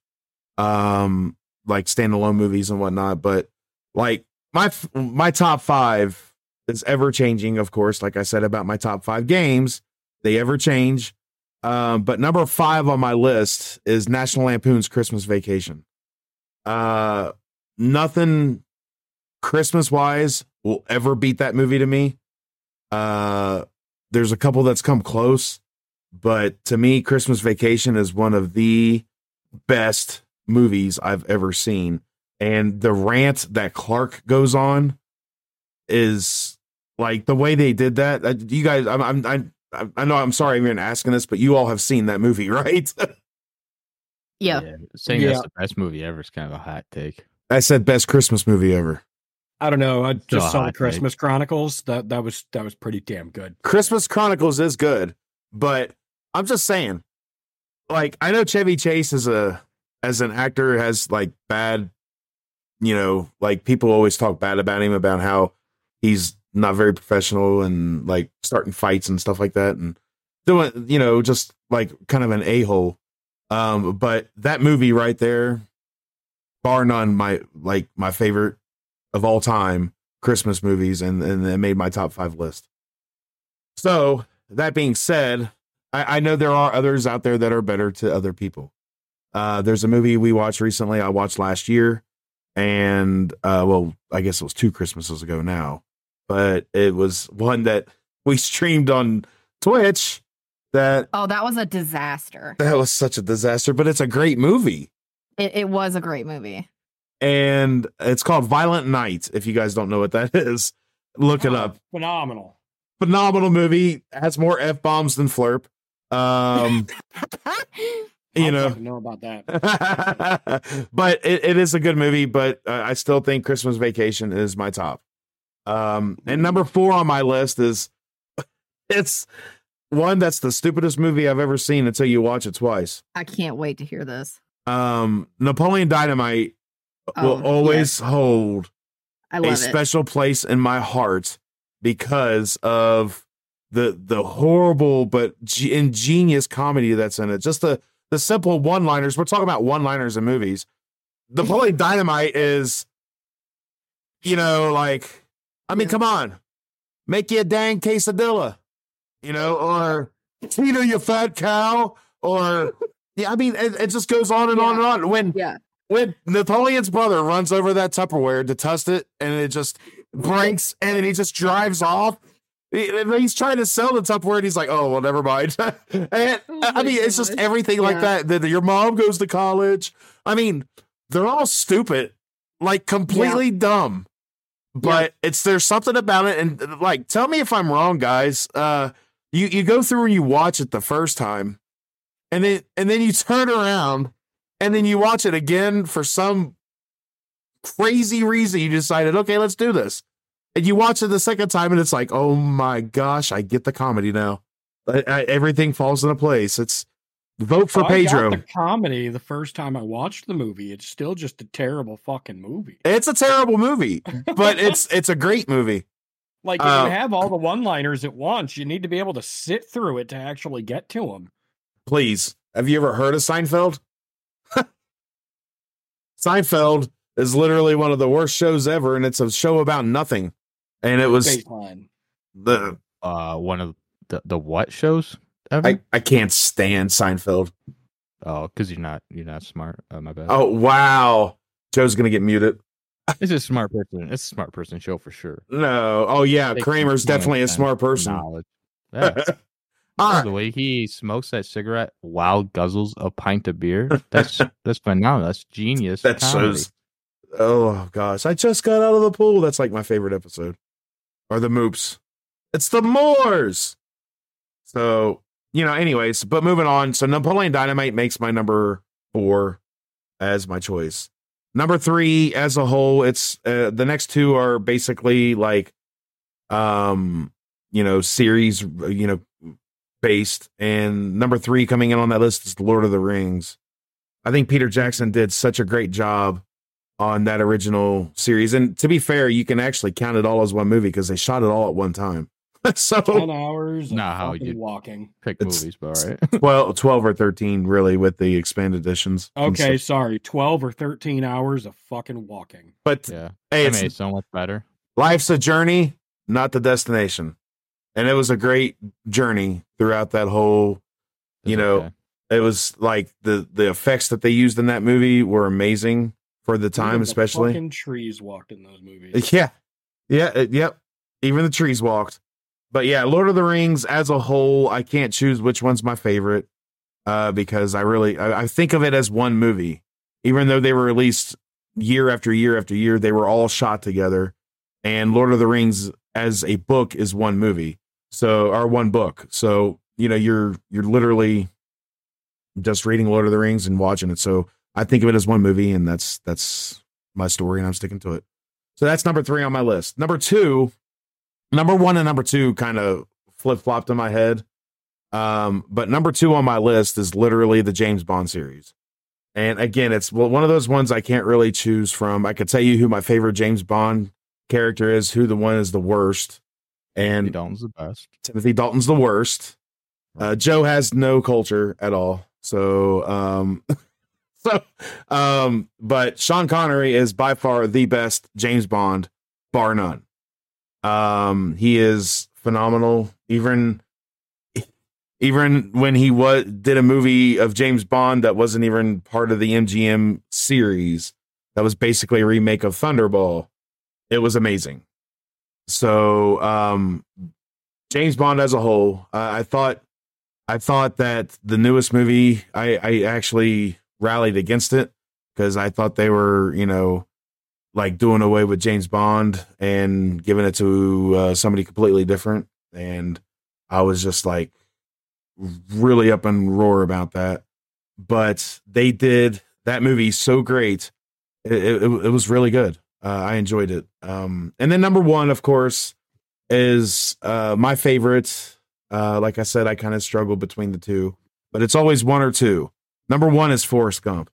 Speaker 3: um, like standalone movies and whatnot. But like my f- my top five is ever changing, of course. Like I said about my top five games, they ever change. Um, but number five on my list is National Lampoon's Christmas Vacation. Uh, nothing Christmas wise will ever beat that movie to me. Uh, there's a couple that's come close, but to me, Christmas Vacation is one of the best movies I've ever seen. And the rant that Clark goes on is like the way they did that. uh, You guys, I'm, I'm, I'm I, I know I'm sorry I'm even asking this, but you all have seen that movie, (laughs) right?
Speaker 5: Yeah.
Speaker 2: Saying
Speaker 4: Yeah.
Speaker 2: that's the best movie ever is kind of a hot take.
Speaker 3: I said best Christmas movie ever.
Speaker 4: I don't know. I just
Speaker 3: Oh,
Speaker 2: a
Speaker 4: saw
Speaker 2: hot
Speaker 4: the
Speaker 2: take.
Speaker 4: Christmas Chronicles. That that was that was pretty damn good.
Speaker 3: Christmas Chronicles is good, but I'm just saying, like I know Chevy Chase as a as an actor has like bad, you know, like people always talk bad about him about how he's not very professional and like starting fights and stuff like that and doing you know just like kind of an a hole. Um, but that movie right there, bar none, my like my favorite of all time Christmas movies, and and it made my top five list. So that being said, I, I know there are others out there that are better to other people. Uh, there's a movie we watched recently. I watched last year, and uh, well, I guess it was two Christmases ago now, but it was one that we streamed on Twitch. That
Speaker 5: Oh, that was a disaster.
Speaker 3: that was such a disaster, but it's a great movie,
Speaker 5: It, it was a great movie. (laughs)
Speaker 3: and it's called Violent Night. If you guys don't know what that (laughs) is, look
Speaker 8: Oh,
Speaker 3: it up.
Speaker 4: Phenomenal.
Speaker 3: Phenomenal movie. Has more f bombs than flirp. Um, you
Speaker 4: I'll
Speaker 3: know, uh,
Speaker 4: fucking know about that.
Speaker 3: (laughs) but it, it is a good movie. But uh, I still think Christmas Vacation is my top. Um, and number four on my list is (laughs) it's one that's the stupidest movie I've ever seen until you watch it twice.
Speaker 5: I can't wait to hear this.
Speaker 3: Um, Napoleon Dynamite
Speaker 5: Oh,
Speaker 3: will always hold
Speaker 5: I
Speaker 3: a
Speaker 5: love it.
Speaker 3: special place in my heart because of the the horrible but g- ingenious comedy that's in it. Just the the simple one liners. We're talking about one liners in movies.
Speaker 5: (laughs)
Speaker 3: The Napoleon Dynamite is, you know, like I mean,
Speaker 5: Yeah.
Speaker 3: come on, make you a dang quesadilla, you know, or Tina, you fat cow,
Speaker 5: (laughs)
Speaker 3: or yeah. I mean, it, it just goes on and on and on. When
Speaker 5: Yeah.
Speaker 3: when Napoleon's brother runs over that Tupperware to test it, and it just breaks, and then he just drives off. He- and He's trying to sell the Tupperware, and he's like, "Oh well, never mind." (laughs) and,
Speaker 5: Oh
Speaker 3: I
Speaker 5: my
Speaker 3: mean, it's just
Speaker 5: gosh.
Speaker 3: everything like
Speaker 5: Yeah.
Speaker 3: that. That your mom goes to college. I mean, they're all stupid, like completely dumb. But it's there's something about it, and like, tell me if I'm wrong, guys. Uh, you you go through and you watch it the first time, and then and then you turn around and then you watch it again for some crazy reason you decided okay let's do this and you watch it the second time and it's like oh my gosh i get the comedy now I, I, everything falls into place. It's vote for
Speaker 8: Oh, I got
Speaker 3: Pedro.
Speaker 8: the comedy the first time I watched the movie. It's still just a terrible fucking movie.
Speaker 3: It's a terrible movie,
Speaker 8: (laughs)
Speaker 3: but it's it's a great movie.
Speaker 8: Like you can
Speaker 3: Uh,
Speaker 8: have all the one-liners at once. You need to be able to sit through it to actually get to them.
Speaker 3: Please, have you ever heard of Seinfeld? (laughs) Seinfeld is literally one of the worst shows ever, and it's a show about nothing. And it was
Speaker 8: Baseline.
Speaker 3: the
Speaker 2: Uh, one of the the what shows? Ever?
Speaker 3: I, I can't stand Seinfeld.
Speaker 2: oh, because you're not you're not smart. Uh, my bad.
Speaker 3: Oh wow, Joe's gonna get muted.
Speaker 2: It's a smart person. It's a smart person show for sure.
Speaker 3: No, oh yeah,
Speaker 2: They
Speaker 3: Kramer's
Speaker 2: keep
Speaker 3: definitely a
Speaker 2: knowledge
Speaker 3: smart
Speaker 2: and
Speaker 3: person. (laughs)
Speaker 2: Knowledge. Yeah.
Speaker 3: All right.
Speaker 2: The way he smokes that cigarette while guzzles a pint of beer.
Speaker 3: (laughs)
Speaker 2: That's that's phenomenal. That's genius.
Speaker 3: That
Speaker 2: comedy.
Speaker 3: shows. Oh gosh, I just got out of the pool. That's like my favorite episode. Or the moops. It's the Moors. So you know, anyways. But moving on. So Napoleon Dynamite makes my number four as my choice. Number three, as a whole, it's uh, the next two are basically like, um, you know, series, you know, based. And number three coming in on that list is Lord of the Rings. I think Peter Jackson did such a great job on that original series. And to be fair, you can actually count it all as one movie because they shot it all at one time. (laughs) so
Speaker 8: Ten hours.
Speaker 2: Not
Speaker 8: Not
Speaker 2: how you-
Speaker 8: walking.
Speaker 2: Pick
Speaker 3: It's-
Speaker 2: movies, but all right.
Speaker 3: 12, 12 or 13, really, with the expanded editions. and
Speaker 8: Okay,
Speaker 3: stuff.
Speaker 8: sorry. Twelve or thirteen hours of fucking walking.
Speaker 3: But
Speaker 2: (laughs) Yeah.
Speaker 3: hey,
Speaker 2: It
Speaker 3: it's,
Speaker 2: made it so much better.
Speaker 3: life's a journey, not the destination. And it was a great journey throughout that whole You
Speaker 2: It's
Speaker 3: know, it was like the the effects that they used in that movie were amazing for the time
Speaker 8: Even the
Speaker 3: especially
Speaker 8: fucking trees walked in those
Speaker 3: (laughs)
Speaker 8: movies.
Speaker 3: yeah yeah it- yep even the trees walked but yeah lord of the rings as a whole i can't choose which one's my favorite uh because i really i, I think of it as one movie even though they were released year after year after year they were all shot together and lord of the rings as a book is one movie so or one book so you know you're you're literally just reading lord of the rings and watching it so i think of it as one movie and that's that's my story and i'm sticking to it so that's number three on my list. Number two, number one and number two kind of flip flopped in my head. Um, but number two on my list is literally the James Bond series. And again, it's well, one of those ones I can't really choose from. I could tell you who my favorite James Bond character is, who the one is the worst. And
Speaker 2: Timothy Dalton's the best.
Speaker 3: Timothy Dalton's the worst. Uh, Joe has no culture at all. So, um, (laughs) so, um, but Sean Connery is by far the best James Bond, bar none. Um, he is phenomenal. Even, (laughs) even when he was did a movie of James Bond that wasn't even part of the MGM series, that was basically a remake of Thunderball. It was amazing. So, um, James Bond as a whole, uh, I thought, I thought that the newest movie, I, I actually rallied against it because I thought they were, you know, like doing away with James Bond and giving it to uh, somebody completely different, and I was just like really up and roar about that. But they did that movie so great; it it, it was really good. Uh, I enjoyed it. Um, and then number one, of course, is uh, my favorite. Uh, like I said, I kind of struggle between the two, but it's always one or two. Number one is Forrest Gump.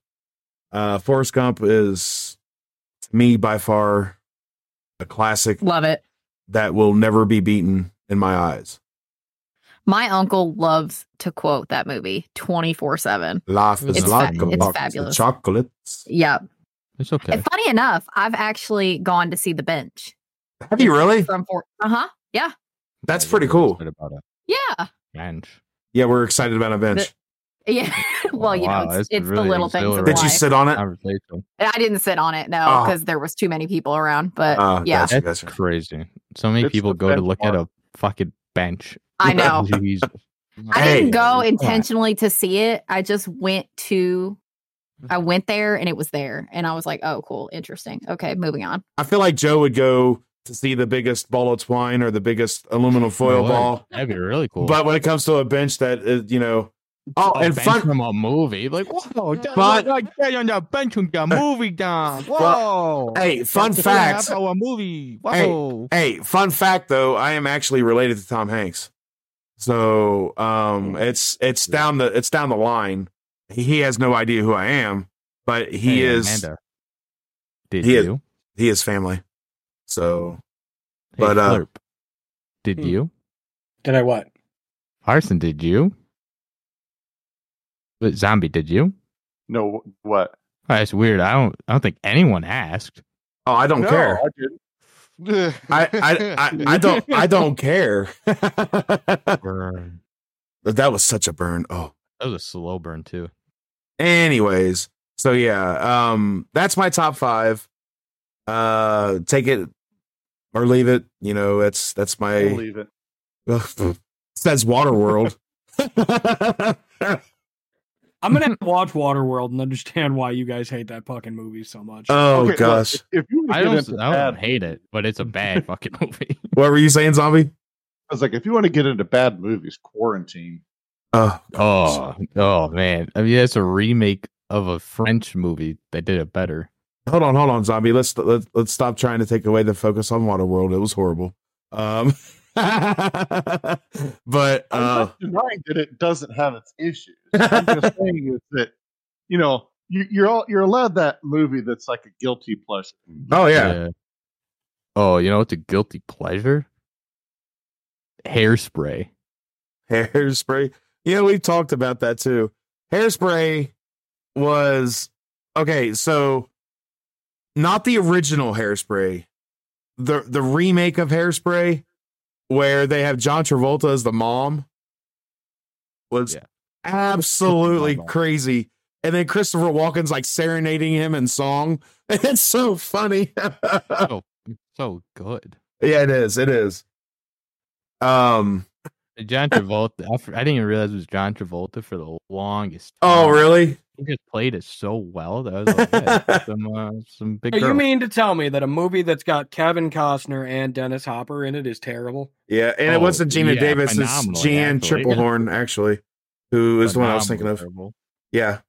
Speaker 3: Uh, Forrest Gump is to me by far a classic
Speaker 5: Love it.
Speaker 3: that will never be beaten in my eyes.
Speaker 5: My uncle loves to quote that movie 24 7.
Speaker 3: Life
Speaker 2: It's
Speaker 3: is
Speaker 2: fa-
Speaker 3: like
Speaker 2: it's
Speaker 3: a box of
Speaker 5: fabulous.
Speaker 3: chocolates.
Speaker 5: Yeah.
Speaker 2: It's okay.
Speaker 5: And funny enough, I've actually gone to see The Bench.
Speaker 3: Have you really?
Speaker 5: From for- uh huh.
Speaker 3: That's
Speaker 2: Yeah,
Speaker 3: pretty
Speaker 2: we're
Speaker 3: cool.
Speaker 2: excited About a
Speaker 5: Yeah. (laughs)
Speaker 2: bench.
Speaker 3: Yeah, we're excited about a bench.
Speaker 5: Yeah. well, you
Speaker 2: Wow,
Speaker 5: know, it's,
Speaker 2: that's
Speaker 5: it's
Speaker 2: really
Speaker 5: the little things of
Speaker 2: exhilarating.
Speaker 3: Did you
Speaker 5: life.
Speaker 3: sit on it?
Speaker 2: Conversation.
Speaker 5: I didn't sit on it, no,
Speaker 3: Oh.
Speaker 5: because there was too many people around. But
Speaker 3: Oh,
Speaker 5: yeah,
Speaker 3: gotcha,
Speaker 2: That's
Speaker 3: gotcha.
Speaker 2: crazy. So many
Speaker 6: It's
Speaker 2: people
Speaker 6: the
Speaker 2: go to
Speaker 6: best
Speaker 2: look at
Speaker 6: part.
Speaker 2: a fucking bench. (laughs)
Speaker 3: (laughs)
Speaker 5: I know.
Speaker 2: Jeez.
Speaker 5: I
Speaker 3: Hey.
Speaker 5: didn't go
Speaker 2: Yeah.
Speaker 5: intentionally to see it. I just went to, I went there and it was there, and I was like, oh, cool, interesting. Okay, moving on.
Speaker 3: I feel like Joe would go to see the biggest ball of twine or the biggest aluminum foil
Speaker 2: Would.
Speaker 3: ball.
Speaker 2: That'd be really cool.
Speaker 3: But when it comes to a bench that is, you know, oh,
Speaker 2: A
Speaker 3: and
Speaker 2: bench
Speaker 3: fun,
Speaker 2: from a movie, like whoa!
Speaker 3: But-
Speaker 2: I get on the bench with the movie (laughs) down.
Speaker 3: Well,
Speaker 2: Whoa!
Speaker 3: hey, fun fact.
Speaker 2: a movie.
Speaker 3: Hey.
Speaker 2: Whoa!
Speaker 3: Hey, fun fact though, I am actually related to Tom Hanks. So um,
Speaker 2: Oh.
Speaker 3: it's it's down the it's down the line. He, he has no idea who I am, but he
Speaker 2: Hey,
Speaker 3: is
Speaker 2: Amanda, did
Speaker 3: he is-
Speaker 2: you?
Speaker 3: he is family. So
Speaker 2: Hey,
Speaker 3: but, uh,
Speaker 2: Flurp, did
Speaker 8: Hmm.
Speaker 2: you?
Speaker 8: Did I what?
Speaker 2: Parson, did you? But zombie, did you?
Speaker 6: No, what?
Speaker 2: Oh, that's weird. I don't. I don't think anyone asked.
Speaker 3: oh, I don't
Speaker 6: no,
Speaker 3: care.
Speaker 6: I didn't.
Speaker 3: I I, I
Speaker 6: (laughs)
Speaker 3: I don't I don't care. (laughs) that
Speaker 2: Burn.
Speaker 3: was such a burn. Oh,
Speaker 2: That was a slow burn too.
Speaker 3: anyways so yeah um that's my top five uh take it or leave it you know that's that's
Speaker 6: I'll
Speaker 3: my
Speaker 6: leave it.
Speaker 3: (laughs) says Oh,
Speaker 6: (laughs)
Speaker 3: waterworld
Speaker 8: I'm gonna have to watch Waterworld and understand why you guys hate that fucking movie so much.
Speaker 3: oh
Speaker 6: Okay, look,
Speaker 3: gosh
Speaker 6: if- if you want
Speaker 2: I
Speaker 6: to get
Speaker 2: don't.
Speaker 6: into
Speaker 2: I
Speaker 6: bad,
Speaker 2: don't hate it, but it's a bad fucking movie.
Speaker 3: what were you saying zombie
Speaker 6: I was like, if you want to get into bad movies, Quarantine.
Speaker 3: oh
Speaker 2: Oh, oh man. I mean, that's a remake of a French movie that did it better.
Speaker 3: hold on hold on zombie let's let's, let's stop trying to take away the focus on waterworld it was horrible um (laughs) but
Speaker 6: I'm
Speaker 3: uh
Speaker 6: not denying that it doesn't have its issues. I'm
Speaker 3: (laughs)
Speaker 6: just saying is that you know you, you're all you're allowed that movie that's like a guilty pleasure.
Speaker 3: (laughs) oh yeah
Speaker 2: Oh, you know it's a guilty pleasure. Hairspray.
Speaker 3: Hairspray. Yeah, we've talked about that too. Hairspray was okay, so not the original Hairspray. The the remake of Hairspray where they have John Travolta as the mom was
Speaker 2: Yeah.
Speaker 3: (laughs) absolutely
Speaker 2: Mind-blowing.
Speaker 3: crazy. And then Christopher Walken's like serenading him in song. (laughs) It's so funny. (laughs)
Speaker 2: So good.
Speaker 3: yeah, it is. It is. Um
Speaker 2: John Travolta. I, f- I didn't even realize it was John Travolta for the longest.
Speaker 3: oh
Speaker 2: time.
Speaker 3: really?
Speaker 2: He just played it so well that I was like, yeah,
Speaker 3: (laughs)
Speaker 2: it's some uh, some big.
Speaker 8: Hey, you
Speaker 2: girl.
Speaker 8: mean to tell me that a movie that's got Kevin Costner and Dennis Hopper in it is terrible?
Speaker 3: Yeah, and it
Speaker 2: Oh,
Speaker 3: wasn't Gina
Speaker 2: yeah,
Speaker 3: Davis, it's
Speaker 2: phenomenal,
Speaker 3: Jan
Speaker 2: actually.
Speaker 3: Triplehorn, actually, who is the one I was thinking
Speaker 2: Phenomenally
Speaker 3: of.
Speaker 2: terrible.
Speaker 3: Yeah.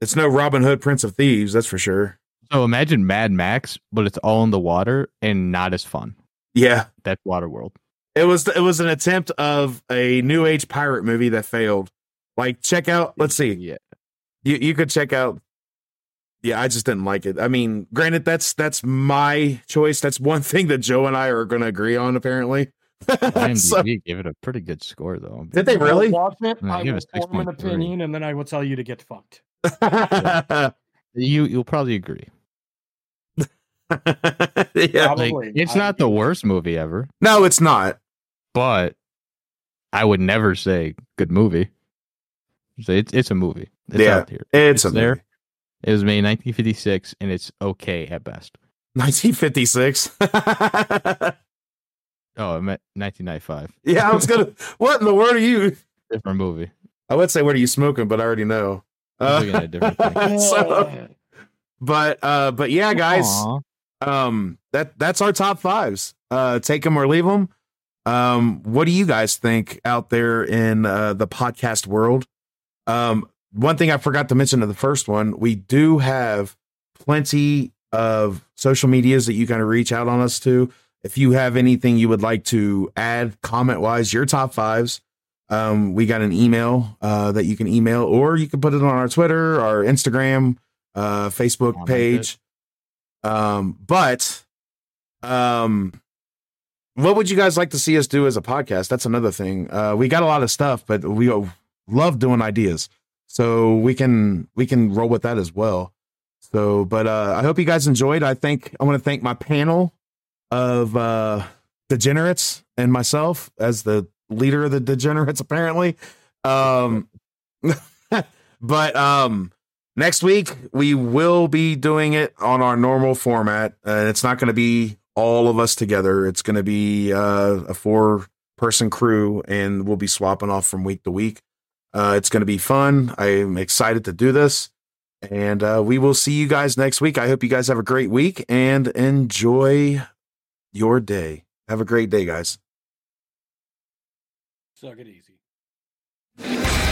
Speaker 3: It's no Robin Hood, Prince of Thieves, that's for sure.
Speaker 2: So imagine Mad Max, but it's all in the water and not as fun.
Speaker 3: Yeah.
Speaker 2: That's
Speaker 3: (laughs)
Speaker 2: Waterworld.
Speaker 3: It was it was an attempt of a new age pirate movie that failed. Like check out let's see.
Speaker 2: Yeah.
Speaker 3: You you could check out Yeah, I just didn't like it. I mean, granted that's that's my choice. That's one (laughs) thing that Joe and I are gonna agree on apparently. (laughs)
Speaker 2: IMDb
Speaker 3: So-
Speaker 2: gave it a pretty good score though.
Speaker 3: did they
Speaker 8: I'll
Speaker 3: really?
Speaker 8: watch it.
Speaker 2: Yeah,
Speaker 8: I
Speaker 2: give
Speaker 8: will
Speaker 2: it
Speaker 8: form an
Speaker 2: 6.3.
Speaker 8: opinion, and then I will tell you to get fucked.
Speaker 3: (laughs)
Speaker 2: You you'll probably agree.
Speaker 3: (laughs) yeah.
Speaker 2: Like,
Speaker 8: Probably.
Speaker 2: it's
Speaker 8: I-
Speaker 2: not the worst movie ever,
Speaker 3: No, it's not.
Speaker 2: but I would never say good movie. So it's it's a movie. It's
Speaker 3: Yeah.
Speaker 2: out here.
Speaker 3: It's,
Speaker 2: It's
Speaker 3: a movie.
Speaker 2: there. It was made in 1956 and it's okay at best.
Speaker 3: 1956.
Speaker 2: Oh, I meant 1995.
Speaker 3: (laughs) yeah, I was gonna. What in the world are you?
Speaker 2: Different movie.
Speaker 3: I would say what are you smoking, but I already know.
Speaker 2: I was
Speaker 3: Uh,
Speaker 2: looking at a different
Speaker 3: (laughs)
Speaker 2: thing.
Speaker 3: so- but uh, but yeah, guys.
Speaker 2: Aw.
Speaker 3: Um, that that's our top fives. Uh, take them or leave them. Um, what do you guys think out there in uh, the podcast world? Um, one thing I forgot to mention in the first one, we do have plenty of social medias that you kind of reach out on us to. If you have anything you would like to add, comment wise, your top fives, um, we got an email uh, that you can email, or you can put it on our Twitter, our Instagram, uh, Facebook
Speaker 2: Comment it.
Speaker 3: page. Um, but um, what would you guys like to see us do as a podcast? That's another thing. Uh, we got a lot of stuff, but we uh, love doing ideas, so we can we can roll with that as well. So, but uh, I hope you guys enjoyed. I think I want to thank my panel of uh, degenerates and myself as the leader of the degenerates, apparently. Um, (laughs) but um, next week we will be doing it on our normal format, and it's not going to be all of us together. It's going to be uh, a four-person crew, and we'll be swapping off from week to week. Uh, it's going to be fun. I'm excited to do this. And uh, we will see you guys next week. I hope you guys have a great week and enjoy your day. Have a great day, guys.
Speaker 8: Suck it easy.